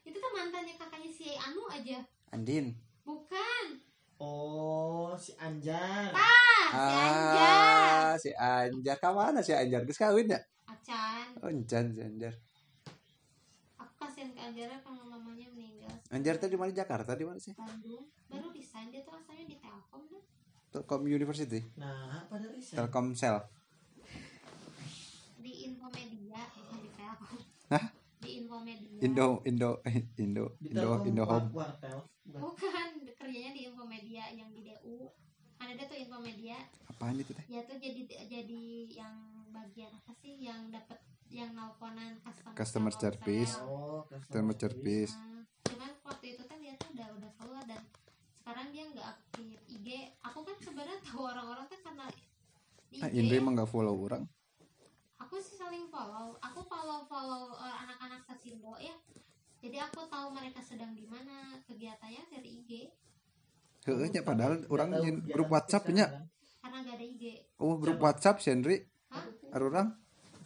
Speaker 4: Itu tuh mantannya kakaknya si Anu aja.
Speaker 5: Andin.
Speaker 4: Bukan.
Speaker 3: Oh, si Anjar.
Speaker 4: Ah, si Anjar.
Speaker 5: Ah, si Anjar. Kemana si Anjar? Geus kawin ya?
Speaker 4: Acan.
Speaker 5: Oh, encan si Anjar.
Speaker 4: Aku kasihan ke Anjara karena mamanya meninggal.
Speaker 5: Anjar tadi di mana Jakarta di mana sih?
Speaker 4: Bandung. Baru desain dia tuh asalnya di Telkom deh.
Speaker 5: Telkom University,
Speaker 3: Nah, apa dari Isa?
Speaker 5: Telkomsel.
Speaker 4: Di Infomedia, bukan di Telkom.
Speaker 5: Hah?
Speaker 4: Di Infomedia.
Speaker 5: Indo Indo Indo
Speaker 3: Di
Speaker 5: Indo
Speaker 3: Telkom
Speaker 5: Indo Home.
Speaker 3: Wartel. Bukan.
Speaker 4: Bukan, kerjanya di Infomedia yang di DU. Ada dia tuh Infomedia,
Speaker 5: Apaan itu teh?
Speaker 4: ya tuh jadi jadi yang bagian apa sih yang dapat yang nelponan customer,
Speaker 5: Customer service.
Speaker 3: Oh,
Speaker 5: Customer service.
Speaker 4: Nah, cuman waktu itu kan dia tuh udah udah keluar dan sekarang dia nggak aktif IG. Aku kan sebenarnya tahu orang-orang tuh karena di ya.
Speaker 5: Ah,
Speaker 4: IG.
Speaker 5: Indri emang gak follow orang.
Speaker 4: aku sih saling follow. Aku follow follow eh, anak-anak Sasindo ya. Jadi aku tahu mereka sedang di mana kegiatannya dari IG
Speaker 5: Heeh, nya, padahal orang
Speaker 3: ya,
Speaker 5: jin grup WhatsApp nya.
Speaker 4: karena gak ada IG.
Speaker 5: Oh, grup WhatsApp si Indri.
Speaker 4: Hah?
Speaker 5: Arurang.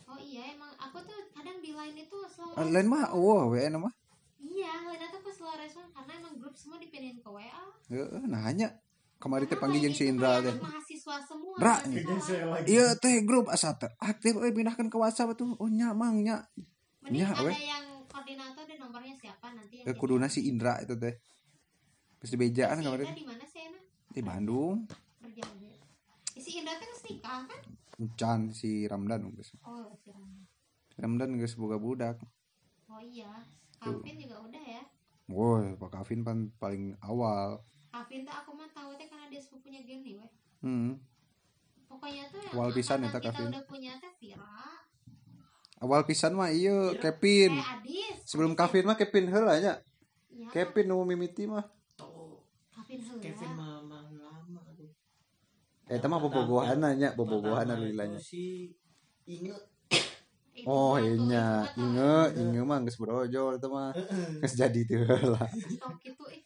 Speaker 4: Oh iya emang aku tuh kadang di lain itu slow
Speaker 5: Ah, Lain mah oh, WN mah.
Speaker 4: Iya, lain tuh aku slow respon karena emang grup semua dipindahin ke WA.
Speaker 5: Heeh, nah hanya kemarin teh
Speaker 4: Karena
Speaker 5: panggil
Speaker 4: lain
Speaker 5: jeung si
Speaker 4: itu
Speaker 5: Indra
Speaker 4: kayak
Speaker 5: teh.
Speaker 4: anak mahasiswa semua.
Speaker 5: Bra.
Speaker 4: mahasiswa.
Speaker 3: lagi.
Speaker 5: Iya teh grup asa teh aktif we pindahkan ke WhatsApp tuh. Oh nya mang nya.
Speaker 4: Mending
Speaker 5: Ya,
Speaker 4: ada
Speaker 5: weh.
Speaker 4: yang koordinator dan nomornya siapa nanti yang
Speaker 5: Eh, Kuduna si Indra itu teh. Geus dibejaan kemarin
Speaker 4: Kita di mana sih enak
Speaker 5: di Bandung.
Speaker 4: kerja aja. Eh, Si Indra kan harus nikah kan?
Speaker 5: Encan si Ramdan geus.
Speaker 4: Oh, si Rama.
Speaker 5: Ramdan geus boga budak.
Speaker 4: Oh iya, Kavin juga udah ya.
Speaker 5: Woi, Pak Kavin pan paling awal.
Speaker 4: Kavin tuh aku mah tahu teh karena dia sepupunya gini weh.
Speaker 5: Hmm.
Speaker 4: Pokoknya tuh yang
Speaker 5: Awal pisan ya
Speaker 4: angkatan
Speaker 5: eta
Speaker 4: kita
Speaker 5: Kavin.
Speaker 4: udah punya teh Vira,
Speaker 5: Awal pisan mah iya
Speaker 4: eh
Speaker 5: Kevin.
Speaker 4: Adis.
Speaker 5: Sebelum
Speaker 4: Adis
Speaker 5: Kevin mah Kevin heula nya.
Speaker 4: Iya,
Speaker 5: Kevin nu mimiti mah.
Speaker 4: Kevin heula.
Speaker 3: Kevin mamang lama aduh.
Speaker 5: Eta Eh, mah bobogohan nya, bobogohan
Speaker 3: Pertama
Speaker 5: lilanya.
Speaker 3: itu Si Inge.
Speaker 4: Itu
Speaker 5: Oh,
Speaker 4: mah tuh, itu kan
Speaker 5: iya,
Speaker 4: mah tuh,
Speaker 5: inge, inge mah geus brojo eta mah. Geus jadi teu heula.
Speaker 4: stok itu eh.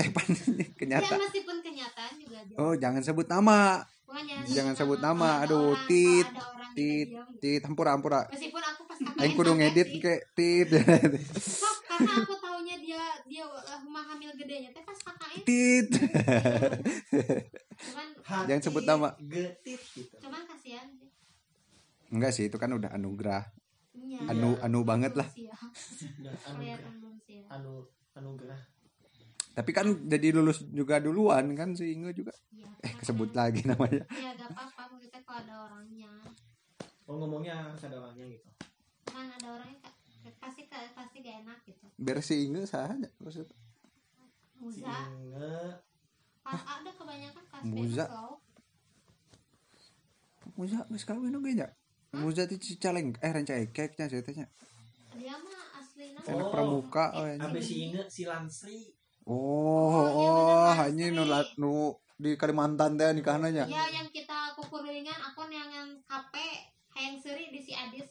Speaker 5: Eh pan
Speaker 4: Ya
Speaker 5: kenyata.
Speaker 4: meskipun kenyataan juga aja.
Speaker 5: Oh, jangan sebut nama.
Speaker 4: Bukan
Speaker 5: jangan sebut
Speaker 4: kalau
Speaker 5: nama.
Speaker 4: ada
Speaker 5: Aduh,
Speaker 4: orang- kalau
Speaker 5: tit,
Speaker 4: ada orang kita
Speaker 5: Tit,
Speaker 4: diam gitu.
Speaker 5: tit hampura hampura.
Speaker 4: Meskipun aku pas
Speaker 5: Aing
Speaker 4: KKN
Speaker 5: kudu
Speaker 4: sama
Speaker 5: ngedit
Speaker 4: sih.
Speaker 5: ke tit.
Speaker 4: Sok, karena aku taunya dia dia eh, rumah hamil gedenya teh pas KKN
Speaker 5: Tit.
Speaker 4: cuman
Speaker 3: Hati
Speaker 5: Jangan sebut nama.
Speaker 3: Getit gitu.
Speaker 4: cuman kasihan sih.
Speaker 5: Enggak sih, itu kan udah anugerah.
Speaker 4: Iya.
Speaker 5: Anu anu banget lah.
Speaker 4: Belum siap.
Speaker 3: Dan anugerah.
Speaker 4: Iya, Kelihatan belum siap.
Speaker 3: Nah, Anu anugerah.
Speaker 5: Tapi kan jadi lulus juga duluan kan si Inge juga.
Speaker 4: Iya.
Speaker 5: Eh, kesebut lagi namanya.
Speaker 4: Ya gak apa-apa kita kalau ada orangnya.
Speaker 3: Oh ngomongnya harus ada orangnya gitu.
Speaker 4: Cuman Kan ada orangnya Kak, pasti pasti gak enak gitu.
Speaker 5: Biar si Inge sahannya maksud.
Speaker 3: Si
Speaker 4: Muza,
Speaker 3: Inge.
Speaker 4: pas ada kebanyakan kelas
Speaker 5: Muza.
Speaker 4: bebas loh.
Speaker 5: Muza geus kawin oge nya. Muza ti cicaleng eh ranca ekeknya saya tanya.
Speaker 4: Dia mah aslinya
Speaker 5: Anak
Speaker 3: Oh.
Speaker 5: pramuka we.
Speaker 3: Apa si Inge si Lansri.
Speaker 4: Oh,
Speaker 5: Oh,
Speaker 4: iya
Speaker 5: oh,
Speaker 4: bener,
Speaker 5: hanya nu la- nu di Kalimantan teh nikahna nya.
Speaker 4: Ya yang kita kukuringan aku neangan KP hayang seri di si Adis.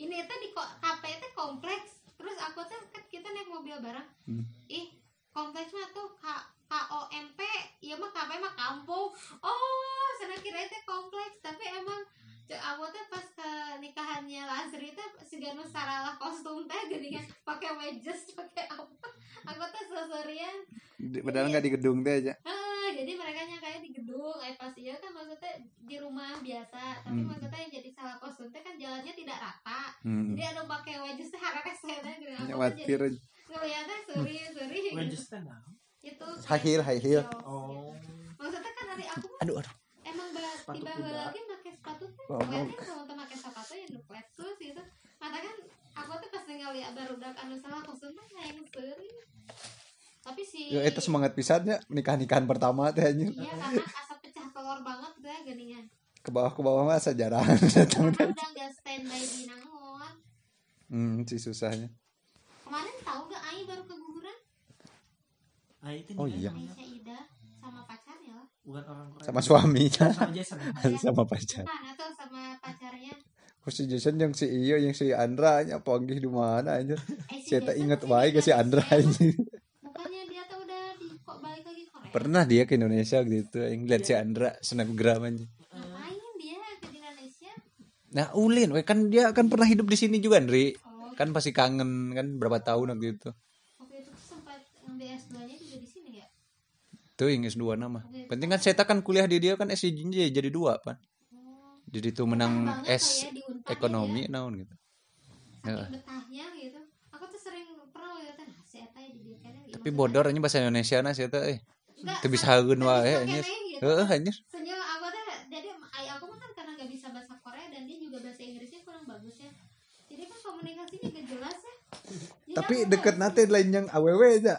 Speaker 4: Ini itu di ko- KP itu kompleks. Terus aku tuh kan kita naik mobil bareng.
Speaker 5: Hmm.
Speaker 4: Ih, kompleks mah tuh K KOMP, iya mah KP mah kampung. Oh, sana kira itu kompleks, tapi emang ce- aku tuh pas ke nikahannya Lasri itu segala saralah kostum teh gini kan pakai wedges pakai apa aku tuh seserian
Speaker 5: Di- Padahal enggak di gedung teh aja.
Speaker 4: Heeh, Ah, jadi mereka nyangkanya di gedung eh pas iya kan maksudnya di rumah biasa tapi
Speaker 5: Hmm.
Speaker 4: maksudnya yang jadi salah kostum teh kan jalannya tidak rata
Speaker 5: Hmm.
Speaker 4: jadi ada pakai wajah sehara kesana gitu
Speaker 5: Nyawatir
Speaker 4: ngeliatnya suri suri
Speaker 3: Lanjut stand up.
Speaker 4: itu
Speaker 5: Hmm.
Speaker 4: Iya.
Speaker 5: High heel, high heel.
Speaker 3: ah. Oh.
Speaker 4: maksudnya kan dari aku mah
Speaker 5: Aduh aduh.
Speaker 4: emang ba-
Speaker 3: Sepatu
Speaker 4: tiba
Speaker 3: kuda.
Speaker 4: lagi pakai sepatu kan
Speaker 5: Ngomong.
Speaker 4: kayaknya kalau tuh pakai sepatu yang nu flat shoes gitu mata kan aku tuh pas ngeliat baru udah anu salah kostum mah yang seri tapi si
Speaker 5: Ya itu semangat pisannya nikah-nikahan pertama teh anjir.
Speaker 4: iya karena asap pecah telur banget dah geningan
Speaker 5: Ke bawah ke bawah mah sejarah datang.
Speaker 4: karena udah gak standby di Nangor
Speaker 5: Hmm, si susahnya.
Speaker 4: kemarin tahu gak Ai baru keguguran
Speaker 3: Nah, itu
Speaker 5: Oh,
Speaker 3: nikah
Speaker 5: iya.
Speaker 3: sama-
Speaker 4: Aisyah Ida sama ya? pacarnya lah
Speaker 3: Bukan orang Korea.
Speaker 5: Sama suaminya,
Speaker 3: Sama Jason.
Speaker 5: sama pacar.
Speaker 4: nah atau sama pacarnya
Speaker 5: Kok si Jason yang si Iyo yang si Andra nya panggih di mana anjir.
Speaker 4: eh, si
Speaker 5: Saya tak
Speaker 4: Jason
Speaker 5: ingat
Speaker 4: masih
Speaker 5: baik
Speaker 4: nikah
Speaker 5: ke si
Speaker 4: di
Speaker 5: Andra
Speaker 4: Korea, kan?
Speaker 5: anjir.
Speaker 4: bukannya dia tuh udah di kok balik lagi Korea
Speaker 5: Pernah dia ke Indonesia gitu, yang lihat si
Speaker 4: Iya.
Speaker 5: Andra snapgram anjir.
Speaker 4: ngapain dia ke Indonesia
Speaker 5: Nah, Ulin, we, kan dia kan pernah hidup di sini juga, Andri.
Speaker 4: oh
Speaker 5: Kan pasti kangen kan berapa tahun waktu itu.
Speaker 4: waktu itu tuh sempat ngambil S2 nya juga di sini ya
Speaker 5: Tuh Inggris dua nama.
Speaker 4: Iya.
Speaker 5: Penting kan saya kan kuliah di dia kan SJJ jadi dua pan.
Speaker 4: oh
Speaker 5: Jadi tuh
Speaker 4: Keren
Speaker 5: menang
Speaker 4: banget
Speaker 5: S
Speaker 4: lah ya di Unpad
Speaker 5: ekonomi naon gitu.
Speaker 4: saking betahnya gitu aku tuh sering pernah liatin ah, si Eta di dia kayaknya
Speaker 5: Tapi bodor anjing bahasa Indonesia nah saya teh eh.
Speaker 4: Enggak,
Speaker 5: Teu bisa
Speaker 4: tapi-
Speaker 5: hageun
Speaker 4: tapi
Speaker 5: wae
Speaker 4: suka
Speaker 5: anjir.
Speaker 4: kayak gitu.
Speaker 5: Heeh anjir.
Speaker 4: Senyum apa tuh? Jadi ay aku mah kan karena gak bisa bahasa Korea dan dia juga bahasa Inggrisnya kurang bagus ya. Jadi kan komunikasinya gak jelas ya. Jadi
Speaker 5: Tapi
Speaker 4: aku
Speaker 5: deket
Speaker 4: kayak-
Speaker 5: nate lain yang awewe aja.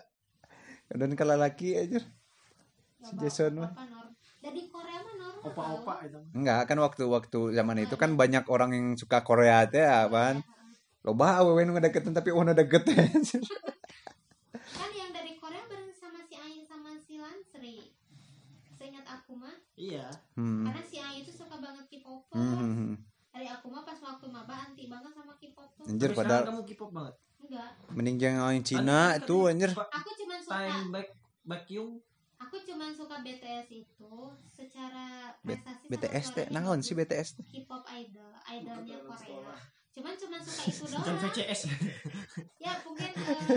Speaker 5: Dan kalau laki anjir.
Speaker 4: Gak
Speaker 5: si
Speaker 4: apa-
Speaker 5: Jason mah.
Speaker 4: apa-apa, Nor. Dan di Korea mah normal.
Speaker 3: Opa-opa
Speaker 4: tau.
Speaker 3: itu.
Speaker 5: Enggak, kan waktu-waktu zaman itu kan banyak orang yang suka Korea teh apaan. Loba awewe nu ngedeketin tapi oh nu deket anjir.
Speaker 4: Kan yang dari Korea bareng sama si Ain sama si Lansri. Seingat aku mah,
Speaker 3: Iya.
Speaker 5: Hmm.
Speaker 4: karena si Ain itu suka banget K-pop.
Speaker 5: Hmm, hmm, hmm.
Speaker 4: Dari aku mah pas waktu maba anti banget sama K-pop tuh.
Speaker 5: Anjir
Speaker 3: Tapi sekarang
Speaker 5: padahal
Speaker 3: kamu K-pop banget.
Speaker 4: Enggak,
Speaker 5: mending jangan yang Cina
Speaker 3: Tapi-
Speaker 5: tuh anjir.
Speaker 3: Ba-
Speaker 4: aku cuman suka
Speaker 3: Time back vacuum
Speaker 4: Aku cuman suka BTS itu secara
Speaker 5: B-
Speaker 4: prestasi sama
Speaker 5: BTS teh
Speaker 4: suaranya
Speaker 5: naon
Speaker 4: bagus.
Speaker 5: sih BTS teh?
Speaker 4: K-pop idol, idolnya
Speaker 6: Bukan dalam
Speaker 4: Korea.
Speaker 6: sekolah.
Speaker 4: Cuman cuman suka itu
Speaker 3: bukan
Speaker 4: doang.
Speaker 3: VCS.
Speaker 4: Ya mungkin eh,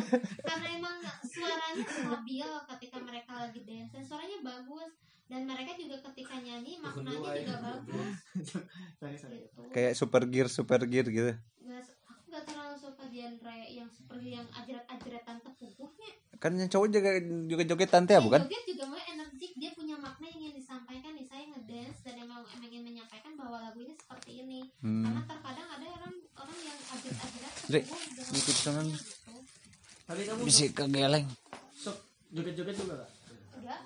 Speaker 4: karena emang suaranya stabil ketika mereka lagi dance dan suaranya bagus dan mereka juga ketika nyanyi maknanya juga bagus
Speaker 3: Sorry, sorry.
Speaker 4: gitu.
Speaker 5: Kayak super gear super gear gitu.
Speaker 4: Nggak su- aku gak terlalu suka genre yang seperti yang ajret-ajretan ke tubuhnya.
Speaker 5: Kan yang cowok juga juga jogetan teh ya,
Speaker 4: Yang
Speaker 5: bukan?
Speaker 4: joget juga mau energik dia punya makna yang ingin disampaikan nih saya ngedance dan emang emang ingin menyampaikan bahwa lagu ini seperti ini karena
Speaker 5: Hmm.
Speaker 4: terkadang ada orang orang yang update-update
Speaker 5: Dek,
Speaker 4: tersebut dengan
Speaker 5: ngikut sonon.
Speaker 4: gitu.
Speaker 3: Tapi kamu
Speaker 5: Bisa kegeleng.
Speaker 3: sok joget-joget juga gak?
Speaker 4: enggak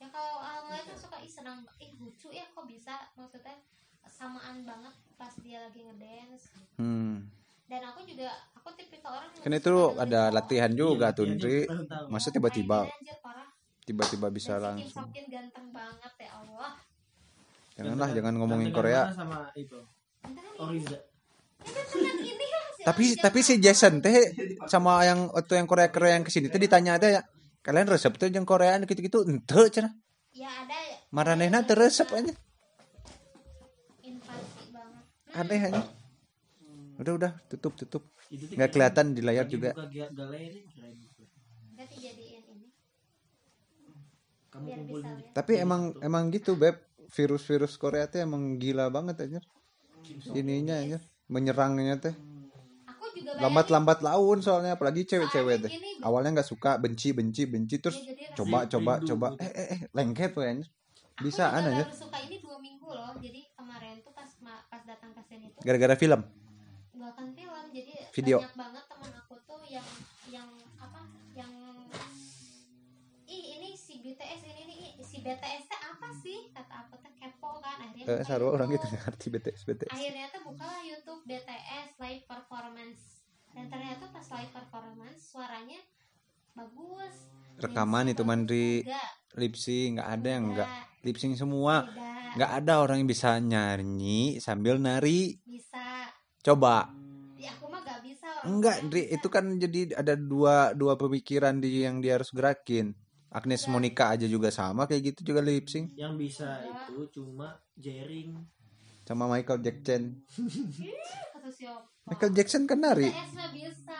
Speaker 4: ya kalau orang lain kan suka ih senang ih lucu ya kok bisa maksudnya samaan banget pas dia lagi ngedance
Speaker 5: Hmm.
Speaker 4: dan aku juga aku tipikal orang yang
Speaker 5: Kan itu
Speaker 4: suka
Speaker 5: ada
Speaker 4: dengerin
Speaker 5: latihan juga
Speaker 3: Iya,
Speaker 5: tuh,
Speaker 3: iya,
Speaker 5: Ndri.
Speaker 3: tahun tahu.
Speaker 5: Masa
Speaker 4: orang
Speaker 5: tiba-tiba
Speaker 4: lain aja, parah.
Speaker 5: tiba-tiba
Speaker 4: Dan
Speaker 5: bisa
Speaker 4: si Kim
Speaker 5: langsung.
Speaker 4: Sokin ganteng banget ya Allah
Speaker 5: Janganlah
Speaker 3: Gantengan-
Speaker 5: jangan ngomongin
Speaker 3: gantengan
Speaker 5: Korea.
Speaker 3: mana sama itu. Oh,
Speaker 4: Ganteng kan ini?
Speaker 3: Oriza.
Speaker 4: Ya, gantengan ini lah, si
Speaker 5: Oh. Tapi
Speaker 4: orang
Speaker 5: tapi si
Speaker 4: ganteng.
Speaker 5: Jason teh sama yang waktu yang Korea Korea yang kesini teh ditanya ada ya. Kalian resep tuh yang Koreaan gitu-gitu ente cenah.
Speaker 4: ya ada ya.
Speaker 5: Maranehna
Speaker 4: Ada
Speaker 5: teu
Speaker 4: yang
Speaker 5: resep
Speaker 4: suka
Speaker 5: aja.
Speaker 4: invasi banget
Speaker 5: Aneh aja. Udah udah tutup tutup.
Speaker 3: Itu tuh
Speaker 5: Nggak
Speaker 3: keren.
Speaker 5: kelihatan di layar
Speaker 3: Lagi
Speaker 5: juga.
Speaker 3: buka ga- galeri keren. gitu.
Speaker 4: Nanti dijadiin ini
Speaker 3: Kamu
Speaker 4: Biar
Speaker 3: kumpul
Speaker 4: bisa
Speaker 3: di-
Speaker 4: lihat.
Speaker 5: Tapi emang emang gitu beb virus-virus Korea teh emang gila banget anjir. Ininya anjir menyerangnya teh
Speaker 4: aku juga bayangin
Speaker 5: lambat-lambat laun soalnya apalagi cewek-cewek teh.
Speaker 4: Soalnya gini, Beb.
Speaker 5: Awalnya nggak suka, benci, benci, benci terus
Speaker 4: Iya, jadi
Speaker 5: coba
Speaker 3: rasanya
Speaker 5: coba
Speaker 3: rindu
Speaker 5: coba
Speaker 3: gitu.
Speaker 5: eh eh eh lengket we anjir.
Speaker 4: aku
Speaker 5: Bisa ya.
Speaker 4: juga
Speaker 5: anjir.
Speaker 4: baru suka ini dua minggu loh jadi kemarin tuh pas ma- pas datang ke sini tuh
Speaker 5: Gara-gara film.
Speaker 4: bahkan film jadi
Speaker 5: Video.
Speaker 4: banyak banget teman aku tuh yang yang apa yang ih ini si BTS ini nih ih, si BTS teh apa sih kata aku tuh kepo kan akhirnya
Speaker 5: Eh
Speaker 3: Iya,
Speaker 4: buka
Speaker 5: sarua orang
Speaker 4: YouTube.
Speaker 5: gitu ngerti BTS BTS.
Speaker 4: akhirnya tuh bukalah YouTube BTS live performance dan ternyata pas live performance suaranya bagus
Speaker 5: Rekaman
Speaker 4: Dance-nya
Speaker 5: itu, Mandri.
Speaker 4: bagus juga.
Speaker 5: Lip sync nggak ada yang nggak
Speaker 4: Enggak,
Speaker 5: lip sync semua.
Speaker 4: tidak
Speaker 5: Nggak ada orang yang bisa nyanyi sambil nari.
Speaker 4: bisa
Speaker 5: Coba.
Speaker 4: Ya aku mah gak bisa orang
Speaker 5: Enggak,
Speaker 4: tua
Speaker 5: Dri,
Speaker 4: bisa.
Speaker 5: itu kan jadi ada dua dua pemikiran di yang dia harus gerakin. Agnes
Speaker 3: Iya.
Speaker 4: Enggak.
Speaker 5: Monica aja juga sama kayak gitu juga lip sync
Speaker 3: yang bisa
Speaker 4: Enggak.
Speaker 3: itu cuma jaring
Speaker 5: sama Michael Jackson.
Speaker 4: Kata siapa?
Speaker 5: Michael Jackson kan nari.
Speaker 4: PS mah bisa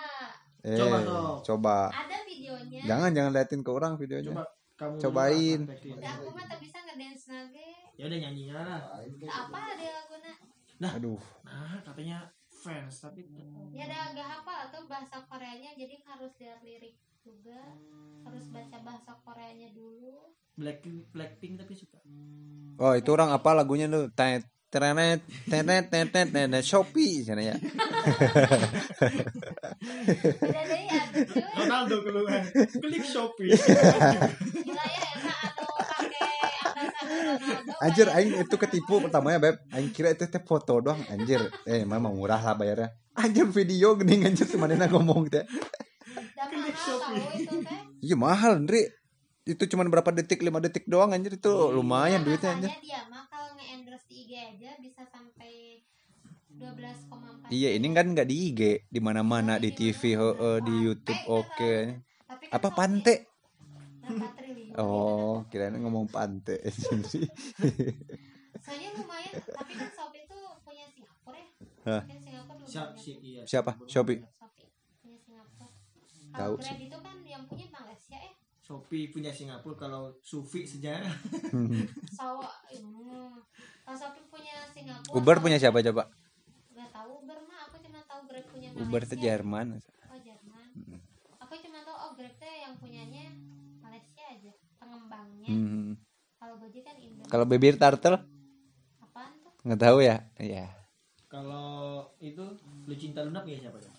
Speaker 5: Eh,
Speaker 3: Coba dong.
Speaker 5: coba.
Speaker 4: Ada videonya
Speaker 5: Jangan jangan liatin ke orang videonya.
Speaker 3: coba Kamu dulu
Speaker 5: Iya, Cobain.
Speaker 3: lah, praktekin.
Speaker 4: Udah aku mah tak bisa ngedance lagi.
Speaker 3: Ya udah nyanyinya lah.
Speaker 4: apa ada laguna?
Speaker 5: Aduh.
Speaker 3: Nah, katanya fans tapi
Speaker 4: Ya ada nggak hafal tuh bahasa Koreanya jadi harus lihat lirik juga. Harus baca bahasa Koreanya dulu.
Speaker 3: Black Blackpink tapi suka.
Speaker 5: Oh itu orang apa lagunya tuh? Tenet tenet tenet tenet tenet Shopee sana ya.
Speaker 4: Beda deh ya, cuy.
Speaker 3: Ronaldo keluar. Klik Shopee.
Speaker 4: Gila ya enak atau pakai atasan Ronaldo. gitu.
Speaker 5: Anjir
Speaker 4: bayar
Speaker 5: aing itu ketipu pertamanya beb. Aing kira itu teh foto doang anjir. Eh memang murah lah bayarnya. Anjir video gini anjir semanena ngomong teh.
Speaker 4: Dan mana tahu itu teh.
Speaker 5: Iya mahal Ndri. Itu cuman berapa detik 5 detik doang anjir itu lumayan duitnya anjir.
Speaker 4: Makanya dia mah kalau nge-endorse di IG aja bisa sampai 12,4.
Speaker 5: Iya ini kan nggak di IG di mana-mana
Speaker 4: gitu
Speaker 5: di TV heeh, di YouTube oke.
Speaker 4: Eh, Tapi kan
Speaker 5: Apa
Speaker 4: kalau
Speaker 5: pante?
Speaker 4: di- Berapa triliun? gitu.
Speaker 5: Oh kirain ngomong pante.
Speaker 4: Soalnya lumayan, tapi kan Shopee itu punya Singapura ya.
Speaker 5: Hah.
Speaker 4: Kan Singapura lebih
Speaker 3: Siap
Speaker 4: banyak
Speaker 3: sih iya.
Speaker 5: Siapa? Shopee.
Speaker 4: Shopee punya Singapura.
Speaker 5: Tahu
Speaker 4: Kalau Grab
Speaker 5: sih.
Speaker 4: itu kan yang punya Malaysia ya.
Speaker 3: Shopee punya Singapura kalau Sufi sejarah.
Speaker 4: Sawo, hmm. Kalau Shopee punya Singapura.
Speaker 5: Uber
Speaker 4: kalau-
Speaker 5: punya siapa coba?
Speaker 4: Nggak tahu Uber mah, aku cuma tahu Grab punya Malaysia.
Speaker 5: Uber tuh Jerman.
Speaker 4: Oh Jerman. Aku cuma tahu oh Grab tuh yang punyanya Malaysia aja, pengembangnya.
Speaker 5: Hmm.
Speaker 4: Kalau Gojek kan Indonesia.
Speaker 5: Kalau bibir turtle
Speaker 4: Apaan tuh?
Speaker 5: nggak tahu ya? Iya.
Speaker 3: Kalau itu Lucinta Luna punya siapa ya?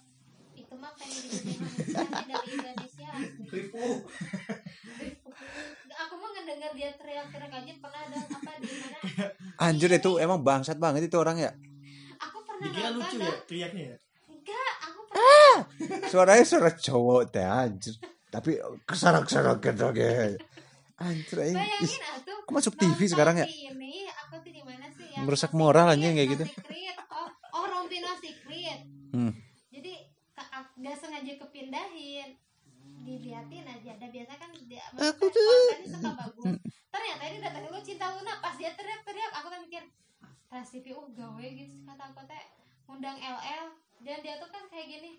Speaker 4: Itu mah pengen dibikin manusia sih kan? dari Indonesia. asli.
Speaker 6: Ribu.
Speaker 4: Aku mah ngedenger dia teriak-teriak aja pernah ada apa di mana?
Speaker 5: Anjir itu emang bangsat banget itu orang ya.
Speaker 4: Aku pernah
Speaker 3: Dikira
Speaker 4: nonton
Speaker 3: lucu
Speaker 4: dan-
Speaker 3: ya teriaknya ya.
Speaker 4: Enggak, aku pernah.
Speaker 5: Suaranya suara cowok teh anjir. Tapi kesarak kesarak kesarak ya. Anjir aing. Ih,
Speaker 4: Bayangin atuh.
Speaker 5: Eh, kok masuk TV sekarang ya?
Speaker 4: nonton si Ini aku tuh di mana sih yang
Speaker 5: Merusak
Speaker 4: No
Speaker 5: moral
Speaker 4: Secret,
Speaker 5: anjing kayak gitu.
Speaker 4: No Secret. Oh, oh Rompi No Secret.
Speaker 5: Hmm.
Speaker 4: Jadi ka- ak- nggak sengaja kepindahin diliatin aja ada biasa kan dia
Speaker 5: Aku
Speaker 4: maksudnya
Speaker 5: tuh- Hmm.
Speaker 4: kontennya suka bagus ternyata ini datang lu cinta Luna pas dia teriak-teriak aku kan mikir rasipi uh gawe gitu sih kata aku teh undang LL dan dia tuh kan kayak gini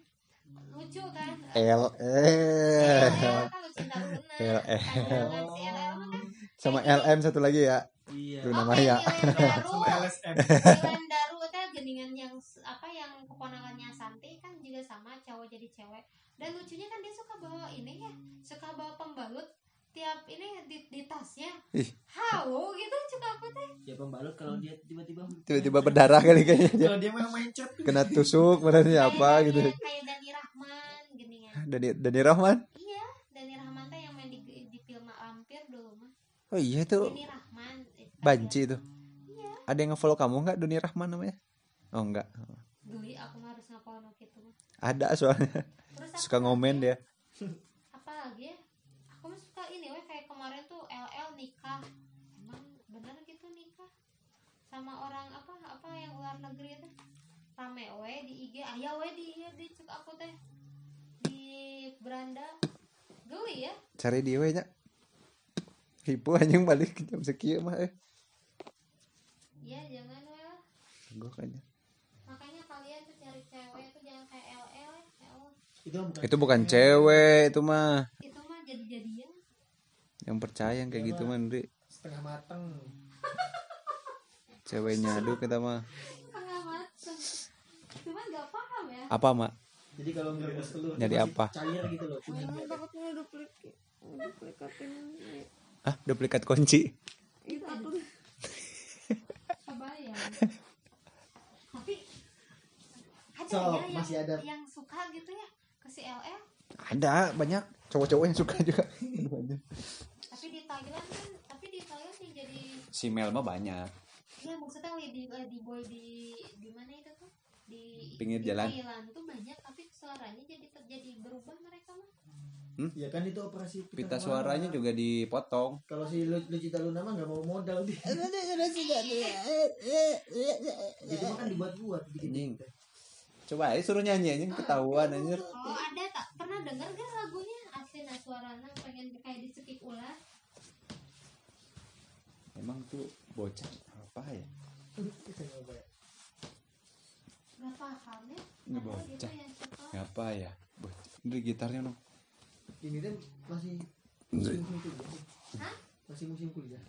Speaker 4: lucu kan
Speaker 5: L
Speaker 4: LL
Speaker 5: eh.
Speaker 4: kan lu cinta Luna
Speaker 5: LL.
Speaker 4: Panjangan si LL mah kan "Oh,
Speaker 5: sama
Speaker 4: kayak gini.
Speaker 5: LM satu lagi ya.
Speaker 3: Iya.
Speaker 5: Luna
Speaker 4: Oke,
Speaker 5: Maya.
Speaker 4: Milen Daru.
Speaker 6: Sama LSM.
Speaker 4: Milen Daru teh geningan yang s- apa yang keponakannya Santi kan juga sama cowok jadi cewek. Dan lucunya kan dia suka bawa ini ya, suka bawa pembalut tiap ini di, di tasnya.
Speaker 5: Ih.
Speaker 4: Hau gitu suka aku teh.
Speaker 3: Ya pembalut kalau dia tiba-tiba
Speaker 5: Tiba-tiba berdarah kali kayaknya.
Speaker 3: Kalau dia main mindset
Speaker 5: Kena tusuk badannya
Speaker 4: Kayak
Speaker 5: apa
Speaker 4: Dani-
Speaker 5: gitu.
Speaker 4: Kayak Dani Rahman geningan.
Speaker 5: Dani Dani Rahman.
Speaker 4: Iya, Dani Rahman teh yang main di, di film Lampir dulu mah.
Speaker 5: Oh iya tuh
Speaker 4: Dani Rahman. eh,
Speaker 5: banci tuh.
Speaker 4: Iya.
Speaker 5: Ada yang nge-follow kamu nggak Doni Rahman namanya? Oh enggak.
Speaker 4: Geli aku mah harus ngapain gitu.
Speaker 5: Ada soalnya.
Speaker 4: Terus apa
Speaker 5: Suka ngomen
Speaker 4: lagi?
Speaker 5: dia.
Speaker 4: apa lagi ya aku mah suka ini weh kayak kemarin tuh LL nikah emang bener gitu nikah sama orang apa apa yang luar negeri itu rame weh di IG ayah iya, weh di IG di cek aku teh di beranda geli ya
Speaker 5: cari dia we nya hipo anjing balik jam sekian mah eh
Speaker 4: iya jangan weh lah.
Speaker 5: gue kayaknya
Speaker 4: makanya kalian tuh cari cewek tuh jangan kayak LL ya Allah
Speaker 3: Itu bukan
Speaker 5: itu bukan cewek itu mah
Speaker 4: itu mah jadi jadian
Speaker 5: yang percaya yang kayak gitu mah Ndri
Speaker 3: setengah mateng.
Speaker 5: ceweknya aduh kita mah
Speaker 4: pengamat cuman gak paham ya
Speaker 5: apa mak
Speaker 3: Jadi kalau merebus telur masih
Speaker 5: Jadi apa?
Speaker 3: Cair gitu loh
Speaker 2: Emang
Speaker 3: kuningnya.
Speaker 2: takutnya duplikat duplikatin ya.
Speaker 5: ah duplikat kunci
Speaker 2: itu aku
Speaker 4: kebayang tapi ada
Speaker 3: So,
Speaker 4: ya yang,
Speaker 3: masih ada.
Speaker 4: yang suka gitu ya ke si LL
Speaker 5: ada banyak cowok-cowok yang suka juga Aduh, anjing.
Speaker 4: tapi di Thailand kan tapi di Thailand sih jadi
Speaker 5: si Mel mah banyak
Speaker 4: ya maksudnya lady lady boy di di mana itu tuh di
Speaker 5: Pinggir
Speaker 4: di
Speaker 5: jalan.
Speaker 4: Thailand tuh banyak tapi suaranya jadi terjadi berubah mereka mah
Speaker 3: Ya kan itu operasi
Speaker 5: pita suaranya juga dipotong
Speaker 3: Kalau si Lu- Lucita Luna mah nggak mau modal dia. Jadi mah kan dibuat-buat
Speaker 5: Anjing.
Speaker 3: bikin.
Speaker 5: coba aja suruh nyanyi anjing ketahuan anjir
Speaker 4: oh ada tak pernah dengar gak lagunya Asli Suarana pengen kayak disekik ular
Speaker 5: emang tuh bocah apa ya
Speaker 4: gak paham ya
Speaker 5: Ini
Speaker 4: Ada gitu
Speaker 5: bocah.
Speaker 4: yang suka
Speaker 5: apa
Speaker 3: kan
Speaker 5: ya bocah Ndri gitarnya dong
Speaker 3: Ini tuh masih
Speaker 4: Hah?
Speaker 3: masih musim kuliah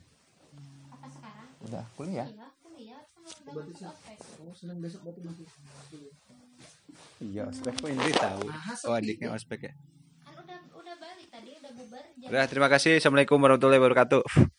Speaker 4: Apa sekarang?
Speaker 5: Udah ya? kuliah.
Speaker 4: Iya, kuliah kan udah
Speaker 3: Berarti sih.
Speaker 4: masuk ospek.
Speaker 3: oh senang besok berarti masih masih kuliah
Speaker 5: Iya, ospek kok Indri tahu.
Speaker 3: Mahas,
Speaker 5: Oh,
Speaker 3: tapi-
Speaker 5: adiknya ospek ya.
Speaker 4: Kan udah udah balik tadi udah bubar.
Speaker 5: Udah, terima kasih. Assalamualaikum warahmatullahi wabarakatuh.